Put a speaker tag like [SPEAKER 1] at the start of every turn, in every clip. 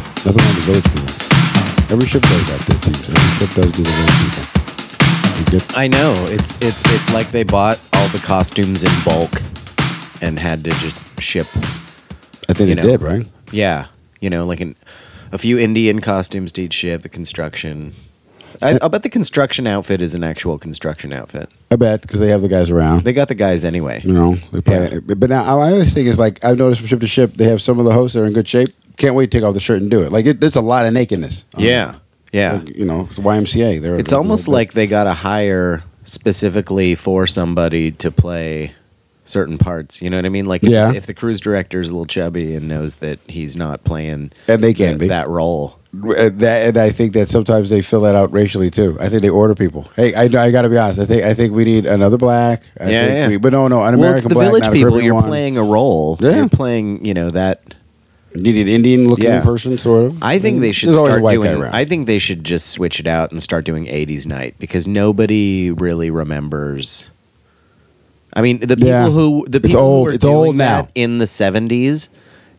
[SPEAKER 1] Nothing on the village people. Every ship does that, it seems. Every ship does do the village people. You get,
[SPEAKER 2] I know. It's it, it's like they bought all the costumes in bulk and had to just ship.
[SPEAKER 1] I think
[SPEAKER 2] You
[SPEAKER 1] it
[SPEAKER 2] know.
[SPEAKER 1] did, right?
[SPEAKER 2] Yeah, you know, like an, a few Indian costumes to each ship. The construction. I, I'll bet the construction outfit is an actual construction outfit.
[SPEAKER 1] I bet, because they have the guys around.
[SPEAKER 2] They got the guys anyway.
[SPEAKER 1] you know, they probably, but now my other thing is like I've noticed from ship to ship, they have some of the hosts that are in good shape. Can't wait to take off the shirt and do it. Like it, there's a lot of nakedness. on
[SPEAKER 2] Yeah,
[SPEAKER 1] it.
[SPEAKER 2] yeah.
[SPEAKER 1] Like, you know, it's YMCA. They're
[SPEAKER 2] It's almost like they got to hire specifically for somebody to play certain parts. You know what I mean? Like, if,
[SPEAKER 1] Yeah.
[SPEAKER 2] if the cruise director's a little chubby and knows that he's not playing
[SPEAKER 1] And they can
[SPEAKER 2] th-
[SPEAKER 1] be.
[SPEAKER 2] that role,
[SPEAKER 1] Uh, that, and I think that sometimes they fill that out racially too. I think they order people. Hey, I, I got to be honest. I think I think we need another black. I
[SPEAKER 2] Yeah,
[SPEAKER 1] think
[SPEAKER 2] yeah.
[SPEAKER 1] We, but no, no, an
[SPEAKER 2] well, it's
[SPEAKER 1] American
[SPEAKER 2] the
[SPEAKER 1] black,
[SPEAKER 2] village
[SPEAKER 1] not a
[SPEAKER 2] people.
[SPEAKER 1] Caribbean
[SPEAKER 2] You're
[SPEAKER 1] one.
[SPEAKER 2] playing a role.
[SPEAKER 1] Yeah.
[SPEAKER 2] You're playing, you know that.
[SPEAKER 1] Need an Indian looking
[SPEAKER 2] Yeah.
[SPEAKER 1] person, sort of.
[SPEAKER 2] I think they should
[SPEAKER 1] Mm-hmm. There's always a
[SPEAKER 2] start
[SPEAKER 1] white guy
[SPEAKER 2] doing.
[SPEAKER 1] around.
[SPEAKER 2] I think they should just switch it out and start doing '80s night because nobody really remembers. I mean, the people
[SPEAKER 1] Yeah.
[SPEAKER 2] who the
[SPEAKER 1] It's
[SPEAKER 2] people
[SPEAKER 1] old-
[SPEAKER 2] who were
[SPEAKER 1] it's
[SPEAKER 2] doing
[SPEAKER 1] old now.
[SPEAKER 2] that in the '70s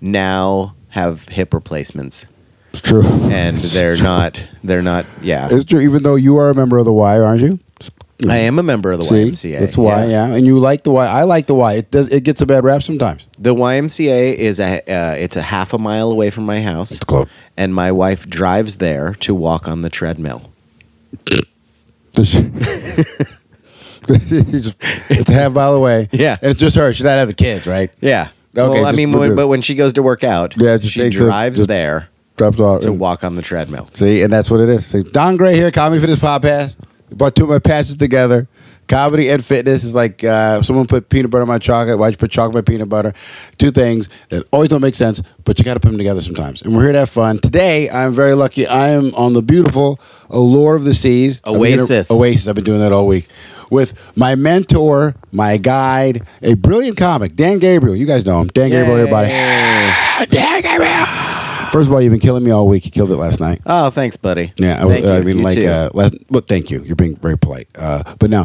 [SPEAKER 2] now have hip replacements,
[SPEAKER 1] it's true,
[SPEAKER 2] and they're not. They're not. Yeah,
[SPEAKER 1] it's true. Even though you are a member of the Y, aren't you?
[SPEAKER 2] I am a member of the
[SPEAKER 1] See,
[SPEAKER 2] YMCA.
[SPEAKER 1] That's why, yeah. And you like the why. I like the why. It does. It gets a bad rap sometimes.
[SPEAKER 2] The YMCA is a. Uh, it's a half a mile away from my house,
[SPEAKER 1] close.
[SPEAKER 2] and my wife drives there to walk on the treadmill.
[SPEAKER 1] it's it's a half mile away.
[SPEAKER 2] Yeah.
[SPEAKER 1] and it's just her. She's not have the kids, right?
[SPEAKER 2] Yeah.
[SPEAKER 1] Okay,
[SPEAKER 2] well, I
[SPEAKER 1] just
[SPEAKER 2] mean,
[SPEAKER 1] put
[SPEAKER 2] when,
[SPEAKER 1] the-
[SPEAKER 2] but when she goes to work out,
[SPEAKER 1] Yeah, just
[SPEAKER 2] she
[SPEAKER 1] take the-
[SPEAKER 2] drives
[SPEAKER 1] just- uh,
[SPEAKER 2] there
[SPEAKER 1] Drops off.
[SPEAKER 2] to walk on the treadmill.
[SPEAKER 1] See, and that's what it is. See, Don Gray here, comedy for this podcast. Brought two of my patches together. Comedy and fitness is like uh, someone put peanut butter on my chocolate. Why'd you put chocolate on my peanut butter? Two things that always don't make sense, but you got to put them together sometimes. And we're here to have fun. Today, I'm very lucky. I am on the beautiful Allure of the Seas. I've been-
[SPEAKER 2] Oasis.
[SPEAKER 1] Oasis. I've been doing that all week with my mentor, my guide, a brilliant comic, Dan Gabriel. You guys know him. Dan Gabriel, everybody. Dan Gabriel. First of all, you've been killing me all week. You killed it last night.
[SPEAKER 2] Oh, thanks, buddy.
[SPEAKER 1] Yeah, I,
[SPEAKER 2] Thank
[SPEAKER 1] I
[SPEAKER 2] you.
[SPEAKER 1] mean,
[SPEAKER 2] You
[SPEAKER 1] like,
[SPEAKER 2] too.
[SPEAKER 1] uh, last, well, thank you. You're being very polite. Uh, but now,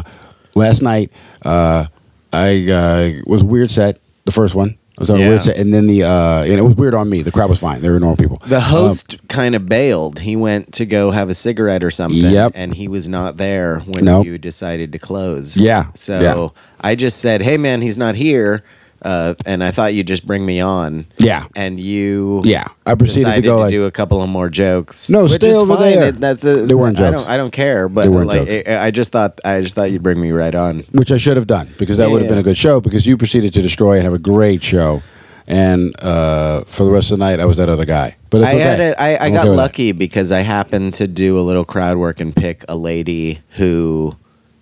[SPEAKER 1] last night, uh, I uh, was weird set, the first one. I was on a
[SPEAKER 2] Yeah.
[SPEAKER 1] weird set, and then the, uh, and it was weird on me. The crowd was fine. They were normal people. Um,
[SPEAKER 2] the host kind of bailed. He went to go have a cigarette or something,
[SPEAKER 1] Yep.
[SPEAKER 2] and he was not there when
[SPEAKER 1] Nope.
[SPEAKER 2] you decided to close.
[SPEAKER 1] Yeah,
[SPEAKER 2] So
[SPEAKER 1] yeah.
[SPEAKER 2] I just said, "Hey, man, he's not here," uh, and I thought you'd just bring me on.
[SPEAKER 1] Yeah.
[SPEAKER 2] And you,
[SPEAKER 1] yeah. I proceeded to
[SPEAKER 2] decided to,
[SPEAKER 1] go, like,
[SPEAKER 2] do a couple of more jokes.
[SPEAKER 1] No,
[SPEAKER 2] which
[SPEAKER 1] stay
[SPEAKER 2] is
[SPEAKER 1] over
[SPEAKER 2] fine.
[SPEAKER 1] there.
[SPEAKER 2] It- that's a,
[SPEAKER 1] They weren't
[SPEAKER 2] I
[SPEAKER 1] jokes.
[SPEAKER 2] don't, I don't care, but uh,
[SPEAKER 1] They weren't
[SPEAKER 2] like,
[SPEAKER 1] jokes.
[SPEAKER 2] I I just thought, I just thought you'd bring me right on.
[SPEAKER 1] which I should have done because that would have
[SPEAKER 2] Yeah.
[SPEAKER 1] been a good show because you proceeded to destroy and have a great show. And uh, for the rest of the night, I was that other guy. But it's
[SPEAKER 2] I
[SPEAKER 1] okay.
[SPEAKER 2] had it. I, I
[SPEAKER 1] I'm
[SPEAKER 2] got
[SPEAKER 1] okay with that.
[SPEAKER 2] lucky because I happened to do a little crowd work and pick a lady who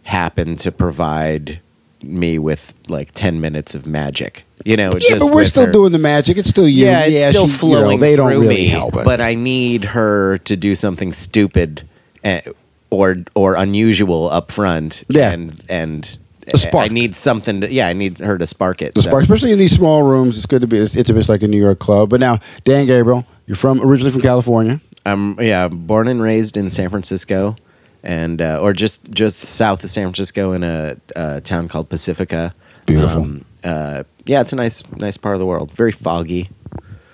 [SPEAKER 2] happened to provide me with like ten minutes of magic. You know,
[SPEAKER 1] Yeah,
[SPEAKER 2] just
[SPEAKER 1] but we're
[SPEAKER 2] with
[SPEAKER 1] still
[SPEAKER 2] her-
[SPEAKER 1] doing the magic. It's still you.
[SPEAKER 2] Yeah, it's still
[SPEAKER 1] she- you know,
[SPEAKER 2] flowing
[SPEAKER 1] they don't
[SPEAKER 2] through
[SPEAKER 1] really
[SPEAKER 2] me,
[SPEAKER 1] help it.
[SPEAKER 2] but I need her to do something stupid eh, or or unusual up front.
[SPEAKER 1] Yeah.
[SPEAKER 2] and and
[SPEAKER 1] A spark.
[SPEAKER 2] I need something. To, yeah, I need her to spark it.
[SPEAKER 1] the
[SPEAKER 2] so.
[SPEAKER 1] spark, especially in these small rooms, it's good to be. It's, it's a bit like a New York club. But now, Dan Gabriel, you're from originally from California.
[SPEAKER 2] I'm yeah, born and raised in San Francisco, and uh, or just just south of San Francisco in a, uh town called Pacifica.
[SPEAKER 1] Beautiful.
[SPEAKER 2] uh, yeah, it's a nice nice part of the world. Very foggy.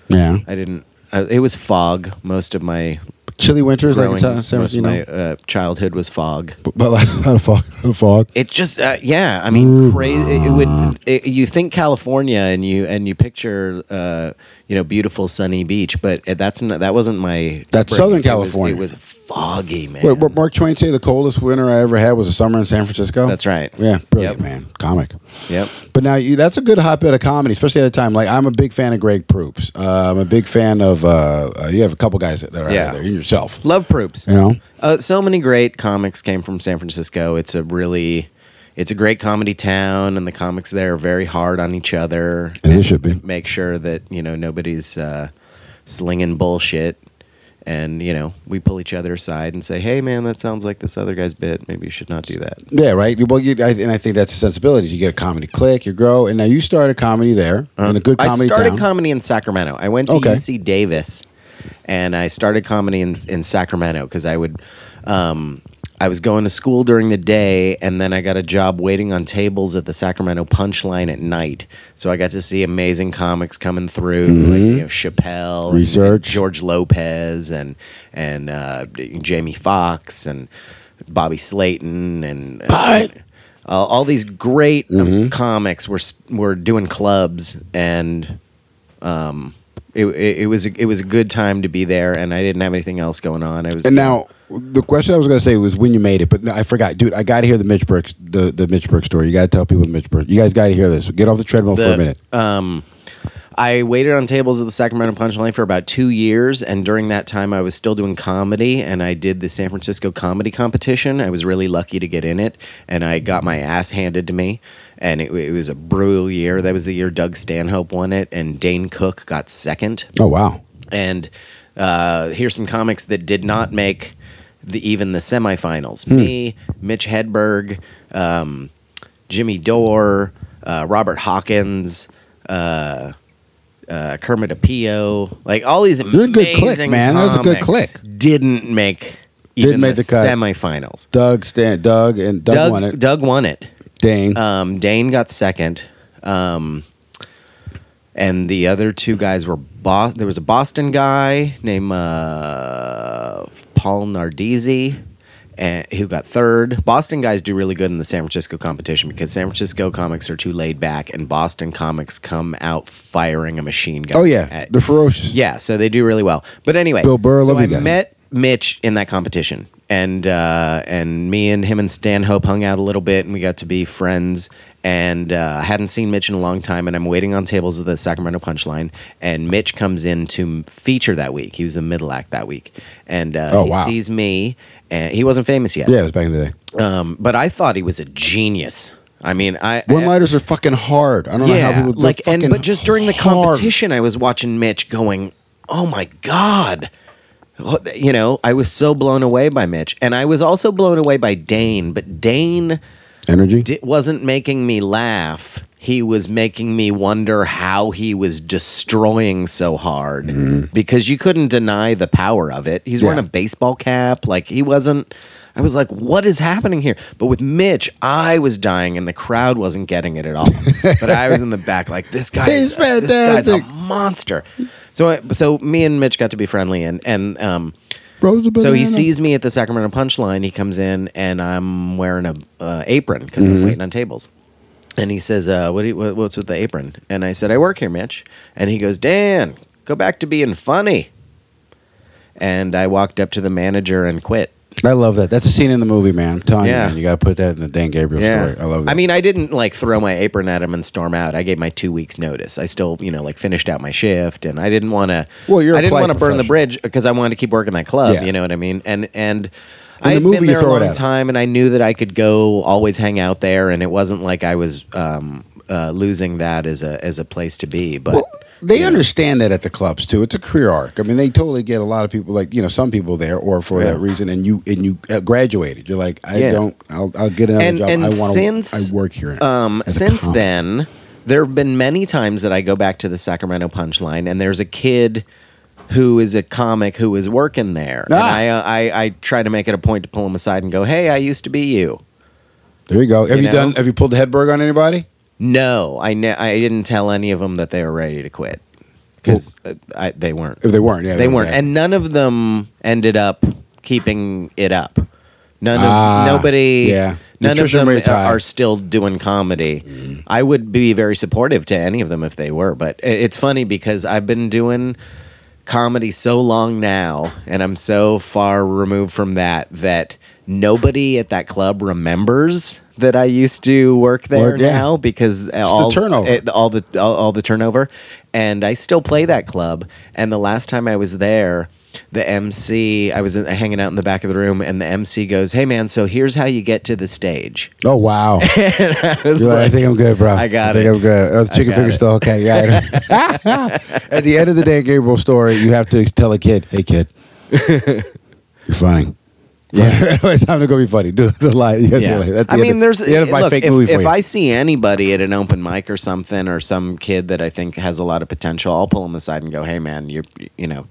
[SPEAKER 1] Yeah,
[SPEAKER 2] I didn't. Uh, it was fog. Most of my
[SPEAKER 1] chilly winters like in
[SPEAKER 2] growing,
[SPEAKER 1] San San
[SPEAKER 2] most
[SPEAKER 1] Francisco.
[SPEAKER 2] of my
[SPEAKER 1] You know,
[SPEAKER 2] uh, childhood was fog.
[SPEAKER 1] but but like, a lot of fog. a lot of fog.
[SPEAKER 2] It just uh, yeah, I mean, crazy. It, it would. It, you think California and you and you picture uh, you know beautiful sunny beach, but uh, that's not, that wasn't my.
[SPEAKER 1] That's
[SPEAKER 2] upbringing.
[SPEAKER 1] Southern
[SPEAKER 2] It was-
[SPEAKER 1] California.
[SPEAKER 2] It was, foggy, man.
[SPEAKER 1] What, what Mark Twain say? The coldest winter I ever had was a summer in San Francisco.
[SPEAKER 2] That's right.
[SPEAKER 1] Yeah, brilliant
[SPEAKER 2] Yep.
[SPEAKER 1] man, comic.
[SPEAKER 2] Yep.
[SPEAKER 1] But now you, that's a good hotbed of comedy, especially at a time like I'm a big fan of Greg Proops. Uh, I'm a big fan of uh, uh, you have a couple guys that are out
[SPEAKER 2] Yeah.
[SPEAKER 1] there. You yourself,
[SPEAKER 2] Love Proops.
[SPEAKER 1] you know.
[SPEAKER 2] Uh, so many great comics came from San Francisco. It's a really, it's a great comedy town, and the comics there are very hard on each other.
[SPEAKER 1] As it should be.
[SPEAKER 2] Make sure that you know nobody's uh, slinging bullshit, and you know we pull each other aside and say, "Hey, man, that sounds like this other guy's bit. Maybe you should not do that."
[SPEAKER 1] Yeah, right. Well, you, I, and I think that's the sensibility. You get a comedy click, you grow, and now you started comedy there in a good comedy
[SPEAKER 2] Uh, I started
[SPEAKER 1] town.
[SPEAKER 2] comedy in Sacramento. I went to
[SPEAKER 1] Okay.
[SPEAKER 2] UC Davis, and I started comedy in in Sacramento because I would, um, I was going to school during the day, and then I got a job waiting on tables at the Sacramento Punchline at night. So I got to see amazing comics coming through, like you know, Chappelle, and-
[SPEAKER 1] Mm-hmm. Research.
[SPEAKER 2] and George Lopez, and and uh, Jamie Foxx, and Bobby Slayton, and uh, all these great um,
[SPEAKER 1] Mm-hmm.
[SPEAKER 2] comics were s- were doing clubs, and um, it, it, it was a, it was a good time to be there, and I didn't have anything else going on. I was
[SPEAKER 1] And now the question I was going to say was when you made it, but no, I forgot, dude. I got to hear the Mitch Burke the, the Mitch Burke story. You got to tell people the Mitch Burke. You guys got to hear this. Get off the treadmill for
[SPEAKER 2] the-
[SPEAKER 1] a minute.
[SPEAKER 2] Um, I waited on tables at the Sacramento Punchline for about two years, and during that time, I was still doing comedy, and I did the San Francisco comedy competition. I was really lucky to get in it, and I got my ass handed to me. And it, it was a brutal year. That was the year Doug Stanhope won it, and Dane Cook got second
[SPEAKER 1] Oh wow.
[SPEAKER 2] and uh, here's some comics that did not make the, even the semifinals.
[SPEAKER 1] Hmm.
[SPEAKER 2] Me, Mitch Hedberg, um, Jimmy Dore, uh, Robert Hawkins, uh, uh, Kermit Apio, like all these
[SPEAKER 1] was a
[SPEAKER 2] amazing
[SPEAKER 1] good click, man. That was a good
[SPEAKER 2] comics Didn't make even
[SPEAKER 1] Didn't make
[SPEAKER 2] the,
[SPEAKER 1] the cut.
[SPEAKER 2] semifinals.
[SPEAKER 1] Doug Stan, Doug and Doug, won it.
[SPEAKER 2] Doug won it.
[SPEAKER 1] Dang.
[SPEAKER 2] Um, Dane got second. Um, and the other two guys were Bo- there was a Boston guy named uh, Paul Nardizzi and, who got third. Boston guys do really good in the San Francisco competition because San Francisco comics are too laid back and Boston comics come out firing a machine gun.
[SPEAKER 1] oh yeah,
[SPEAKER 2] at-
[SPEAKER 1] they're ferocious.
[SPEAKER 2] yeah, so they do really well. But anyway,
[SPEAKER 1] Bill Burr,
[SPEAKER 2] so
[SPEAKER 1] love you
[SPEAKER 2] I
[SPEAKER 1] guys.
[SPEAKER 2] met Mitch in that competition, and uh, and me and him and Stanhope hung out a little bit, and we got to be friends. And uh, I hadn't seen Mitch in a long time, and I'm waiting on tables at the Sacramento Punchline, and Mitch comes in to m- feature that week. He was a middle act that week, and uh,
[SPEAKER 1] Oh,
[SPEAKER 2] he
[SPEAKER 1] wow.
[SPEAKER 2] sees me, and he wasn't famous yet.
[SPEAKER 1] Yeah, it was back in the day.
[SPEAKER 2] Um, but I thought he was a genius. I mean, I
[SPEAKER 1] One lighters are fucking hard. I don't know how people they're
[SPEAKER 2] like and
[SPEAKER 1] fucking
[SPEAKER 2] but just during the
[SPEAKER 1] hard.
[SPEAKER 2] competition, I was watching Mitch going, "Oh my god." What- You know, I was so blown away by Mitch, and I was also blown away by Dane. But Dane
[SPEAKER 1] Energy.
[SPEAKER 2] di- wasn't making me laugh; he was making me wonder how he was destroying so hard because you couldn't deny the power of it. He's wearing
[SPEAKER 1] Mm-hmm. Yeah.
[SPEAKER 2] a baseball cap, like he wasn't. I was like, "What is happening here?" But with Mitch, I was dying, and the crowd wasn't getting it at all. but I was in the back, like, "This guy
[SPEAKER 1] He's
[SPEAKER 2] is This guy's a
[SPEAKER 1] fantastic.
[SPEAKER 2] monster." So, I, so me and Mitch got to be friendly, and and um,
[SPEAKER 1] Rose the
[SPEAKER 2] so he
[SPEAKER 1] banana.
[SPEAKER 2] sees me at the Sacramento Punchline. He comes in, and I'm wearing a uh, apron because
[SPEAKER 1] Mm-hmm.
[SPEAKER 2] I'm waiting on tables. And he says, uh, what do you, what, "What's with the apron?" And I said, "I work here, Mitch." And he goes, "Dan, go back to being funny." And I walked up to the manager and quit.
[SPEAKER 1] I love that. That's a scene in the movie, man. I'm telling
[SPEAKER 2] Yeah.
[SPEAKER 1] you, man. You got to put that in the Dan Gabriel story. I love that.
[SPEAKER 2] I mean, I didn't like throw my apron at him and storm out. I gave my two weeks notice. I still, you know, like finished out my shift, and I didn't want to.
[SPEAKER 1] Well, you're a
[SPEAKER 2] I didn't
[SPEAKER 1] polite
[SPEAKER 2] want to burn the
[SPEAKER 1] professional.
[SPEAKER 2] bridge because I wanted to keep working that club.
[SPEAKER 1] Yeah.
[SPEAKER 2] You know what I mean? And and
[SPEAKER 1] the
[SPEAKER 2] I had
[SPEAKER 1] movie,
[SPEAKER 2] been
[SPEAKER 1] you
[SPEAKER 2] there a
[SPEAKER 1] throw it at
[SPEAKER 2] long
[SPEAKER 1] 'em.
[SPEAKER 2] time, and I knew that I could go always hang out there, and it wasn't like I was um, uh, losing that as a as a place to be. But
[SPEAKER 1] Well, they
[SPEAKER 2] yeah.
[SPEAKER 1] understand that at the clubs too. It's a career arc. I mean, they totally get a lot of people like you know some people there or for
[SPEAKER 2] Yeah.
[SPEAKER 1] that reason. And you and you uh, graduated. You're like, I
[SPEAKER 2] Yeah.
[SPEAKER 1] don't. I'll, I'll get another
[SPEAKER 2] And-
[SPEAKER 1] job.
[SPEAKER 2] and
[SPEAKER 1] I want
[SPEAKER 2] since,
[SPEAKER 1] to. I work here.
[SPEAKER 2] Um,
[SPEAKER 1] as a
[SPEAKER 2] since
[SPEAKER 1] comic.
[SPEAKER 2] then, there have been many times that I go back to the Sacramento Punchline, and there's a kid who is a comic who is working there, and
[SPEAKER 1] Ah.
[SPEAKER 2] I, uh, I I try to make it a point to pull him aside and go, "Hey, I used to be you."
[SPEAKER 1] there you go. Have
[SPEAKER 2] you
[SPEAKER 1] you,
[SPEAKER 2] know?
[SPEAKER 1] done? Have you pulled the Hedberg on anybody?
[SPEAKER 2] No, I ne- I didn't tell any of them that they were ready to quit because I they weren't.
[SPEAKER 1] If they weren't, yeah,
[SPEAKER 2] they weren't,
[SPEAKER 1] yeah.
[SPEAKER 2] and none of them ended up keeping it up. None of
[SPEAKER 1] Ah,
[SPEAKER 2] nobody.
[SPEAKER 1] yeah.
[SPEAKER 2] None
[SPEAKER 1] Nutrition
[SPEAKER 2] of them
[SPEAKER 1] rate's
[SPEAKER 2] are,
[SPEAKER 1] high. Mm.
[SPEAKER 2] are still doing comedy. I would be very supportive to any of them if they were, but i- it's funny because I've been doing comedy so long now, and I'm so far removed from that that nobody at that club remembers that I used to work there
[SPEAKER 1] Work, yeah.
[SPEAKER 2] now because uh, all
[SPEAKER 1] turnover.
[SPEAKER 2] it- all the all, all the turnover, and I still play that club. And the last time I was there, the MC I was in, hanging out in the back of the room, and the MC goes, "Hey man, so here's how you get to the stage."
[SPEAKER 1] oh wow! You're
[SPEAKER 2] And I was
[SPEAKER 1] like, I
[SPEAKER 2] like,
[SPEAKER 1] think I'm good, bro.
[SPEAKER 2] I got
[SPEAKER 1] I
[SPEAKER 2] it.
[SPEAKER 1] think I'm good. Oh, the chicken
[SPEAKER 2] got
[SPEAKER 1] finger's
[SPEAKER 2] it.
[SPEAKER 1] still okay. Yeah. I know. At the end of the day, Gabriel story, you have to tell a kid, "Hey, kid, you're funny." Yeah, it's time to go be funny. Do the line. Yes,
[SPEAKER 2] Yeah.
[SPEAKER 1] the line. At the
[SPEAKER 2] I
[SPEAKER 1] end
[SPEAKER 2] mean,
[SPEAKER 1] of-
[SPEAKER 2] there's
[SPEAKER 1] the end of my
[SPEAKER 2] look,
[SPEAKER 1] fake
[SPEAKER 2] if,
[SPEAKER 1] movie for
[SPEAKER 2] if
[SPEAKER 1] you.
[SPEAKER 2] I see anybody at an open mic or something, or some kid that I think has a lot of potential, I'll pull them aside and go, "Hey, man, you're you know,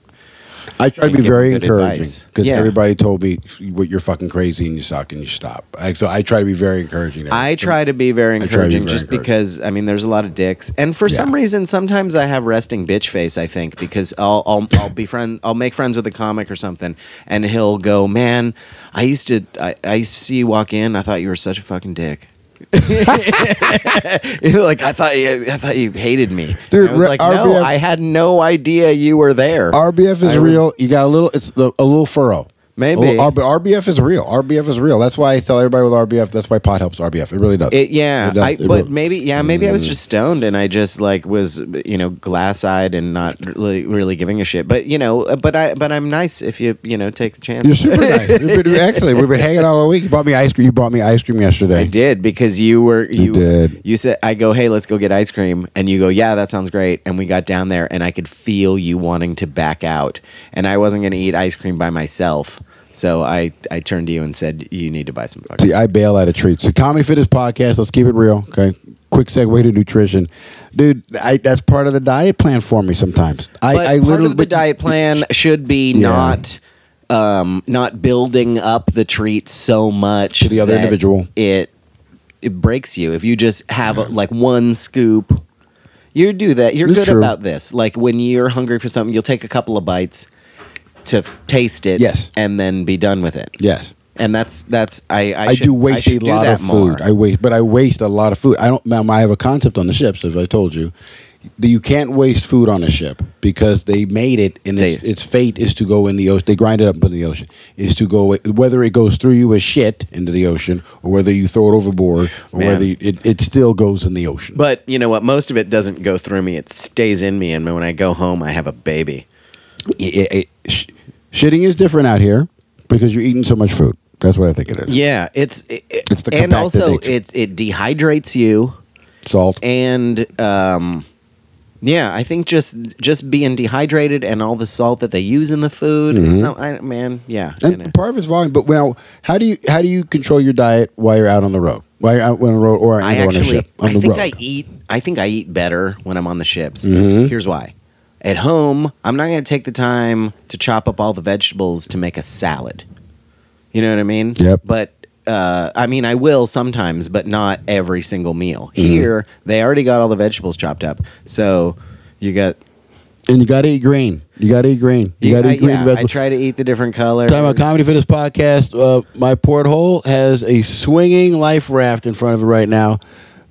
[SPEAKER 1] I try to
[SPEAKER 2] and
[SPEAKER 1] be
[SPEAKER 2] give them
[SPEAKER 1] very
[SPEAKER 2] good
[SPEAKER 1] encouraging
[SPEAKER 2] advice.
[SPEAKER 1] because
[SPEAKER 2] Yeah.
[SPEAKER 1] everybody told me what you're fucking crazy and you suck and you stop. I, so I try to be very encouraging. to
[SPEAKER 2] I
[SPEAKER 1] everybody.
[SPEAKER 2] try to be very
[SPEAKER 1] I try to be
[SPEAKER 2] encouraging
[SPEAKER 1] very
[SPEAKER 2] just
[SPEAKER 1] encouraging.
[SPEAKER 2] because I mean there's a lot of dicks and for some
[SPEAKER 1] Yeah.
[SPEAKER 2] reason sometimes I have resting bitch face I think because I'll I'll, I'll be friend I'll make friends with a comic or something and he'll go man I used to I, I used to see you walk in I thought you were such a fucking dick You know, like I thought you I thought you hated me
[SPEAKER 1] Dude,
[SPEAKER 2] And I was
[SPEAKER 1] re-
[SPEAKER 2] like no
[SPEAKER 1] RBF
[SPEAKER 2] I had no idea you were there
[SPEAKER 1] RBF is
[SPEAKER 2] I was-
[SPEAKER 1] real. you got a little. It's the, a little furrow.
[SPEAKER 2] Maybe.
[SPEAKER 1] A little- R- but RBF is real. RBF is real. That's why I tell everybody with RBF. That's why pot helps RBF. It really does.
[SPEAKER 2] It, yeah,
[SPEAKER 1] It does.
[SPEAKER 2] I,
[SPEAKER 1] It
[SPEAKER 2] but
[SPEAKER 1] will- Mm.
[SPEAKER 2] maybe yeah, maybe I was just stoned and I just like was you know glass eyed and not really, really giving a shit. But you know, uh, but I but I'm nice if you you know take the chance.
[SPEAKER 1] You're super nice. You've been excellent. We've been hanging out all week. You bought me ice cream. You bought me ice cream yesterday.
[SPEAKER 2] I did because you were you you,
[SPEAKER 1] did.
[SPEAKER 2] said I go hey let's go get ice cream and you go yeah that sounds great and we got down there and I could feel you wanting to back out and I wasn't going to eat ice cream by myself. So I, I turned to you and said, "You need to buy some fucking."
[SPEAKER 1] See, I bail out of treats. So, Comedy Fitness podcast. Let's keep it real. Okay. Quick segue to nutrition, dude. I, that's part of the diet plan for me. Sometimes I,
[SPEAKER 2] but
[SPEAKER 1] I
[SPEAKER 2] part
[SPEAKER 1] literally
[SPEAKER 2] of the
[SPEAKER 1] but-
[SPEAKER 2] diet plan should be not um, not building up the treat so much
[SPEAKER 1] To the other
[SPEAKER 2] that
[SPEAKER 1] individual.
[SPEAKER 2] It it breaks you if you just have a, like one scoop. You do that. You're
[SPEAKER 1] It's
[SPEAKER 2] good
[SPEAKER 1] true.
[SPEAKER 2] about this. Like when you're hungry for something, you'll take a couple of bites to f- taste it.
[SPEAKER 1] Yes.
[SPEAKER 2] and then be done with it.
[SPEAKER 1] Yes.
[SPEAKER 2] And that's that's I I,
[SPEAKER 1] I
[SPEAKER 2] should-
[SPEAKER 1] do waste
[SPEAKER 2] should
[SPEAKER 1] a
[SPEAKER 2] do
[SPEAKER 1] lot
[SPEAKER 2] that
[SPEAKER 1] of food.
[SPEAKER 2] more.
[SPEAKER 1] I waste, but I waste a lot of food. I don't. Ma'am, I have a concept on the ships, as I told you, that you can't waste food on a ship because they made it, and its,
[SPEAKER 2] They-
[SPEAKER 1] its fate is to go in the ocean. They grind it up and put it in the ocean. Is to go away- whether it goes through you as shit into the ocean, or whether you throw it overboard, or
[SPEAKER 2] Man.
[SPEAKER 1] whether you, it, it still goes in the ocean.
[SPEAKER 2] but you know what? Most of it doesn't go through me. It stays in me, and when I go home, I have a baby.
[SPEAKER 1] It- it- it- sh- shitting is different out here because you're eating so much food. That's what I think it is.
[SPEAKER 2] Yeah, it's it, it-
[SPEAKER 1] It's the
[SPEAKER 2] and
[SPEAKER 1] compacted
[SPEAKER 2] also
[SPEAKER 1] nature.
[SPEAKER 2] it it dehydrates you
[SPEAKER 1] Salt.
[SPEAKER 2] and um yeah, I think just just being dehydrated and all the salt that they use in the food. It's not, I, man, yeah. I know.
[SPEAKER 1] Mm-hmm. And part of it's volume, but now, how do you how do you control your diet while you're out on the road? While you're out on the road or
[SPEAKER 2] I
[SPEAKER 1] either on a
[SPEAKER 2] actually
[SPEAKER 1] ship on
[SPEAKER 2] I
[SPEAKER 1] the
[SPEAKER 2] think
[SPEAKER 1] road?
[SPEAKER 2] I eat I think I eat better when I'm on the ships.
[SPEAKER 1] Mm-hmm.
[SPEAKER 2] Here's why. At home, I'm not going to take the time to chop up all the vegetables to make a salad. You know what I mean?
[SPEAKER 1] Yep.
[SPEAKER 2] But uh, I mean, I will sometimes, but not every single meal.
[SPEAKER 1] Mm-hmm.
[SPEAKER 2] Here, they already got all the vegetables chopped up, so you got.
[SPEAKER 1] and you got to eat green. You got to eat green. You got to
[SPEAKER 2] I,
[SPEAKER 1] eat green
[SPEAKER 2] yeah, I
[SPEAKER 1] vegetables.
[SPEAKER 2] try to eat the different colors.
[SPEAKER 1] Time out comedy fitness podcast. Uh, my porthole has a swinging life raft in front of it right now.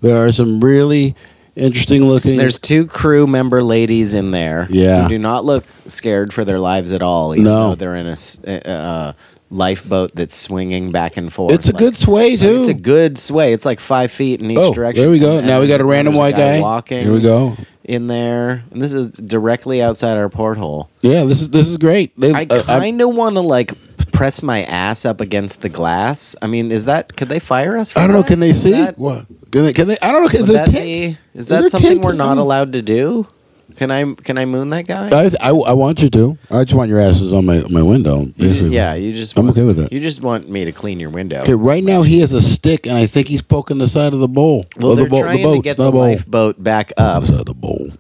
[SPEAKER 1] There are some really interesting looking.
[SPEAKER 2] There's two crew member ladies in there.
[SPEAKER 1] Yeah.
[SPEAKER 2] who do not look scared for their lives at all. Even
[SPEAKER 1] No.
[SPEAKER 2] though they're in a s- a- a lifeboat that's swinging back and forth.
[SPEAKER 1] it's a
[SPEAKER 2] Like,
[SPEAKER 1] good sway too.
[SPEAKER 2] It's a good sway. It's like five feet in each
[SPEAKER 1] oh,
[SPEAKER 2] direction.
[SPEAKER 1] there we go.
[SPEAKER 2] And-
[SPEAKER 1] now we
[SPEAKER 2] and
[SPEAKER 1] got a random
[SPEAKER 2] there's
[SPEAKER 1] white guy.
[SPEAKER 2] walking.
[SPEAKER 1] Here we go.
[SPEAKER 2] in there, and this is directly outside our porthole.
[SPEAKER 1] Yeah, this is this is great. They-
[SPEAKER 2] I
[SPEAKER 1] uh, I'm-
[SPEAKER 2] kind of want to like press my ass up against the glass. I mean, is that could they fire us? For
[SPEAKER 1] I don't know.
[SPEAKER 2] that?
[SPEAKER 1] Can they
[SPEAKER 2] Is
[SPEAKER 1] see?
[SPEAKER 2] that-
[SPEAKER 1] what? Can they? Can they? I don't know. Is
[SPEAKER 2] would
[SPEAKER 1] there
[SPEAKER 2] that
[SPEAKER 1] tent?
[SPEAKER 2] be- is
[SPEAKER 1] there
[SPEAKER 2] that something
[SPEAKER 1] tent?
[SPEAKER 2] we're
[SPEAKER 1] I
[SPEAKER 2] not
[SPEAKER 1] don't-
[SPEAKER 2] allowed to do? Can I can I moon that guy?
[SPEAKER 1] I, I, I want you to. I just want your asses on my my window.
[SPEAKER 2] You ju-
[SPEAKER 1] basically.
[SPEAKER 2] yeah, you just.
[SPEAKER 1] I'm
[SPEAKER 2] want-
[SPEAKER 1] okay with that.
[SPEAKER 2] You just want me to clean your window.
[SPEAKER 1] Okay. Right now he has a stick, and I think he's poking the side of the bowl.
[SPEAKER 2] Well,
[SPEAKER 1] Of
[SPEAKER 2] they're
[SPEAKER 1] the bowl,
[SPEAKER 2] trying
[SPEAKER 1] the boat,
[SPEAKER 2] to get
[SPEAKER 1] not
[SPEAKER 2] the
[SPEAKER 1] bowl.
[SPEAKER 2] lifeboat back
[SPEAKER 1] Other
[SPEAKER 2] up.
[SPEAKER 1] side of the bowl.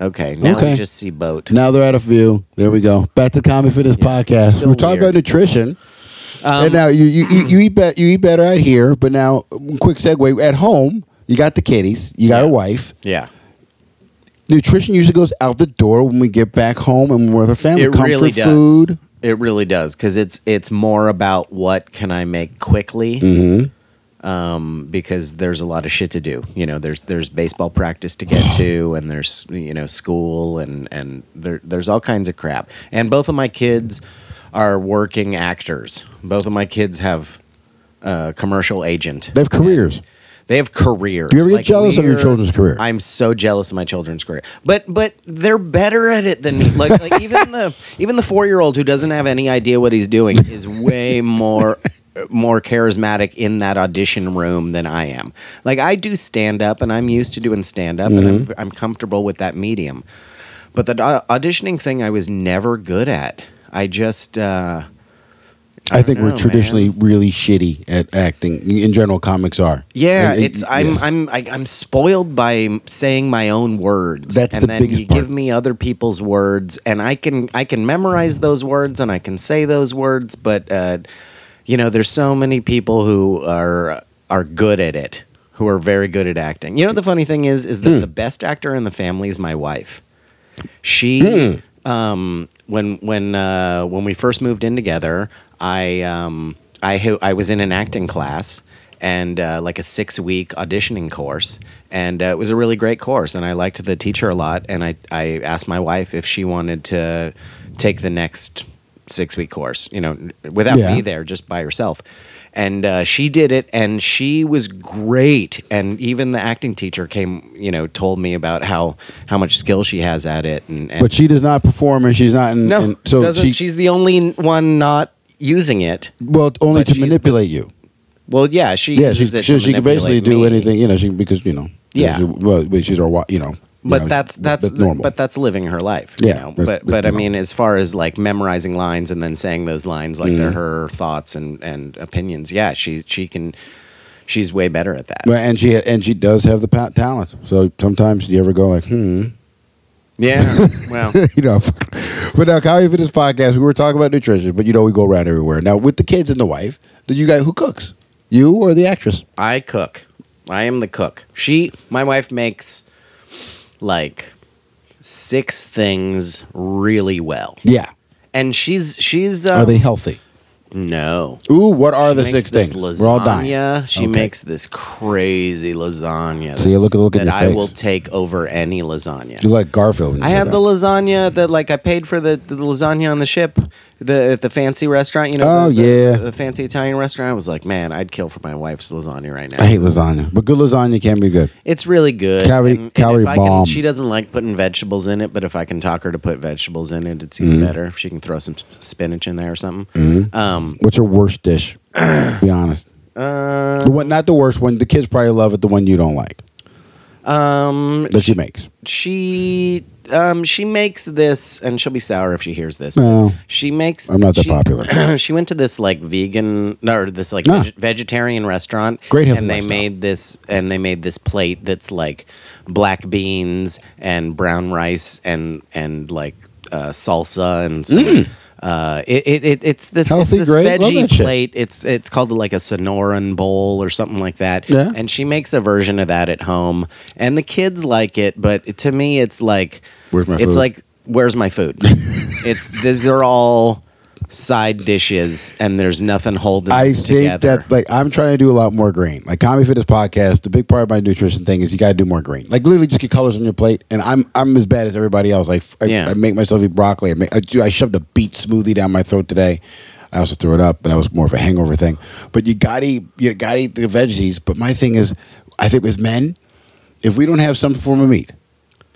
[SPEAKER 2] Okay, now
[SPEAKER 1] Okay.
[SPEAKER 2] we just see boat.
[SPEAKER 1] Now they're out of view. There we go. Back to Comedy Fitness podcast.
[SPEAKER 2] still
[SPEAKER 1] We're talking about
[SPEAKER 2] weird.
[SPEAKER 1] nutrition.
[SPEAKER 2] Um,
[SPEAKER 1] and now you you, you, you eat better you eat better out here, but now um, quick segue at home. You got the kiddies. You got a
[SPEAKER 2] Yeah.
[SPEAKER 1] wife.
[SPEAKER 2] yeah,
[SPEAKER 1] Nutrition usually goes out the door when we get back home and we're with our family.
[SPEAKER 2] it
[SPEAKER 1] Comfort
[SPEAKER 2] really does.
[SPEAKER 1] food.
[SPEAKER 2] It really does because it's it's more about what can I make quickly.
[SPEAKER 1] Mm-hmm. Mm.
[SPEAKER 2] Um, because there's a lot of shit to do. You know, there's there's baseball practice to get to, and there's you know school, and and there there's all kinds of crap. And both of my kids are working actors. Both of my kids have a commercial agent.
[SPEAKER 1] They have careers.
[SPEAKER 2] They have careers.
[SPEAKER 1] Do you ever get jealous of your
[SPEAKER 2] we're-
[SPEAKER 1] children's career?
[SPEAKER 2] I'm so jealous of my children's career, but but they're better at it than me. Like, like even the even the four year old who doesn't have any idea what he's doing is way more more charismatic in that audition room than I am. Like I do stand up, and I'm used to doing stand up,
[SPEAKER 1] Mm-hmm.
[SPEAKER 2] and I'm, I'm comfortable with that medium. But the au- auditioning thing, I was never good at. I just. Uh,
[SPEAKER 1] I, think
[SPEAKER 2] don't
[SPEAKER 1] we're
[SPEAKER 2] know,
[SPEAKER 1] traditionally
[SPEAKER 2] man.
[SPEAKER 1] really shitty at acting. In general, comics are.
[SPEAKER 2] Yeah,
[SPEAKER 1] And it-
[SPEAKER 2] it's I'm
[SPEAKER 1] yes.
[SPEAKER 2] I'm I, I'm spoiled by saying my own words.
[SPEAKER 1] That's
[SPEAKER 2] and
[SPEAKER 1] the
[SPEAKER 2] then
[SPEAKER 1] biggest
[SPEAKER 2] you
[SPEAKER 1] part.
[SPEAKER 2] give me other people's words, and I can I can memorize those words and I can say those words, but uh, you know, there's so many people who are are good at it, who are very good at acting. You know, the funny thing is, is that
[SPEAKER 1] Hmm.
[SPEAKER 2] the best actor in the family is my wife. She um, when when uh, when we first moved in together, I um, I ha- I was in an acting class and uh, like a six week auditioning course, and uh, it was a really great course, and I liked the teacher a lot, and I I asked my wife if she wanted to take the next six week course, you know, without
[SPEAKER 1] Yeah.
[SPEAKER 2] me there, just by herself. And uh, she did it, and she was great. And even the acting teacher came, you know, told me about how how much skill she has at it, and, and
[SPEAKER 1] But she does not perform, and she's not. In,
[SPEAKER 2] no,
[SPEAKER 1] and so
[SPEAKER 2] doesn't,
[SPEAKER 1] she,
[SPEAKER 2] she's the only one not using it.
[SPEAKER 1] well only
[SPEAKER 2] but
[SPEAKER 1] to
[SPEAKER 2] she's the-
[SPEAKER 1] manipulate you.
[SPEAKER 2] Well, yeah, she
[SPEAKER 1] Yeah, she
[SPEAKER 2] uses it
[SPEAKER 1] she,
[SPEAKER 2] to
[SPEAKER 1] she can basically
[SPEAKER 2] manipulate
[SPEAKER 1] do
[SPEAKER 2] me.
[SPEAKER 1] anything. You know, she because you know.
[SPEAKER 2] Yeah.
[SPEAKER 1] she- Well, but she's our wa- you know. you
[SPEAKER 2] But
[SPEAKER 1] know,
[SPEAKER 2] that's that's
[SPEAKER 1] normal.
[SPEAKER 2] But that's living her life. you
[SPEAKER 1] Yeah,
[SPEAKER 2] know?
[SPEAKER 1] that's-
[SPEAKER 2] but but I
[SPEAKER 1] you know.
[SPEAKER 2] mean, as far as like memorizing lines and then saying those lines like they're
[SPEAKER 1] Mm-hmm.
[SPEAKER 2] her thoughts and and opinions. Yeah, she she can. She's way better at that.
[SPEAKER 1] Well, and she and she does have the pa- talent. So sometimes you ever go like, hmm,
[SPEAKER 2] Yeah. well.
[SPEAKER 1] you know. But now, Kyle, for this podcast, we were talking about nutrition, but you know, we go around everywhere. Now, with the kids and the wife, do you guys who cooks? You or the actress?
[SPEAKER 2] I cook. I am the cook. She, my wife, makes like six things really well,
[SPEAKER 1] Yeah.
[SPEAKER 2] and she's she's. Um,
[SPEAKER 1] are they healthy?
[SPEAKER 2] No.
[SPEAKER 1] Ooh, what are
[SPEAKER 2] She
[SPEAKER 1] the
[SPEAKER 2] makes
[SPEAKER 1] six
[SPEAKER 2] this
[SPEAKER 1] things? We're all dying.
[SPEAKER 2] lasagna.
[SPEAKER 1] Okay.
[SPEAKER 2] She makes this crazy lasagna.
[SPEAKER 1] So you look-
[SPEAKER 2] that's-
[SPEAKER 1] look at
[SPEAKER 2] that
[SPEAKER 1] your
[SPEAKER 2] I
[SPEAKER 1] face.
[SPEAKER 2] will take over any lasagna.
[SPEAKER 1] You like Garfield? when you
[SPEAKER 2] I
[SPEAKER 1] say
[SPEAKER 2] had the
[SPEAKER 1] that.
[SPEAKER 2] lasagna that like I paid for the, the lasagna on the ship, the at the fancy restaurant. You know,
[SPEAKER 1] Oh,
[SPEAKER 2] the, the-
[SPEAKER 1] yeah.
[SPEAKER 2] the fancy Italian restaurant. I was like, man, I'd kill for my wife's lasagna right now.
[SPEAKER 1] I hate lasagna, but good lasagna can be good.
[SPEAKER 2] It's really good.
[SPEAKER 1] Calorie-
[SPEAKER 2] And- and
[SPEAKER 1] calorie
[SPEAKER 2] if I
[SPEAKER 1] bomb.
[SPEAKER 2] Can, she doesn't like putting vegetables in it, but if I can talk her to put vegetables in it, it's even
[SPEAKER 1] Mm-hmm.
[SPEAKER 2] better. She can throw some s- spinach in there or something. Um,
[SPEAKER 1] What's your worst dish? be honest.
[SPEAKER 2] uh,
[SPEAKER 1] The one, not the worst one. The kids probably love it. The one you don't like
[SPEAKER 2] um,
[SPEAKER 1] that she makes.
[SPEAKER 2] she um, she makes this, and she'll be sour if she hears this. but
[SPEAKER 1] No.
[SPEAKER 2] She makes.
[SPEAKER 1] I'm not that
[SPEAKER 2] she-
[SPEAKER 1] popular.
[SPEAKER 2] she went to this like vegan no, or this like
[SPEAKER 1] Ah.
[SPEAKER 2] veg- vegetarian restaurant.
[SPEAKER 1] Great healthy
[SPEAKER 2] and they
[SPEAKER 1] lifestyle.
[SPEAKER 2] made this and they made this plate that's like black beans and brown rice and and like uh, salsa and some. Uh, it, it, it it's this,
[SPEAKER 1] Mm. Healthy,
[SPEAKER 2] it's this
[SPEAKER 1] great. Love
[SPEAKER 2] veggie
[SPEAKER 1] that shit.
[SPEAKER 2] plate. It's it's called like a Sonoran bowl or something like that.
[SPEAKER 1] Yeah.
[SPEAKER 2] And she makes a version of that at home, and the kids like it. But to me, it's like
[SPEAKER 1] Where's my
[SPEAKER 2] it's
[SPEAKER 1] food?
[SPEAKER 2] like where's my food? it's these are all side dishes, and there's nothing holding
[SPEAKER 1] I
[SPEAKER 2] this
[SPEAKER 1] think
[SPEAKER 2] together.
[SPEAKER 1] that like I'm trying to do a lot more green. Like Comedy Fitness podcast, the big part of my nutrition thing is you got to do more green. Like literally, just get colors on your plate. And I'm I'm as bad as everybody else. I, I,
[SPEAKER 2] Yeah.
[SPEAKER 1] I make myself eat broccoli. I, make, I, do- I shoved a beet smoothie down my throat today. I also threw it up, but that was more of a hangover thing. But you got to eat you got to eat the veggies. But my thing is, I think with men, if we don't have some form of meat,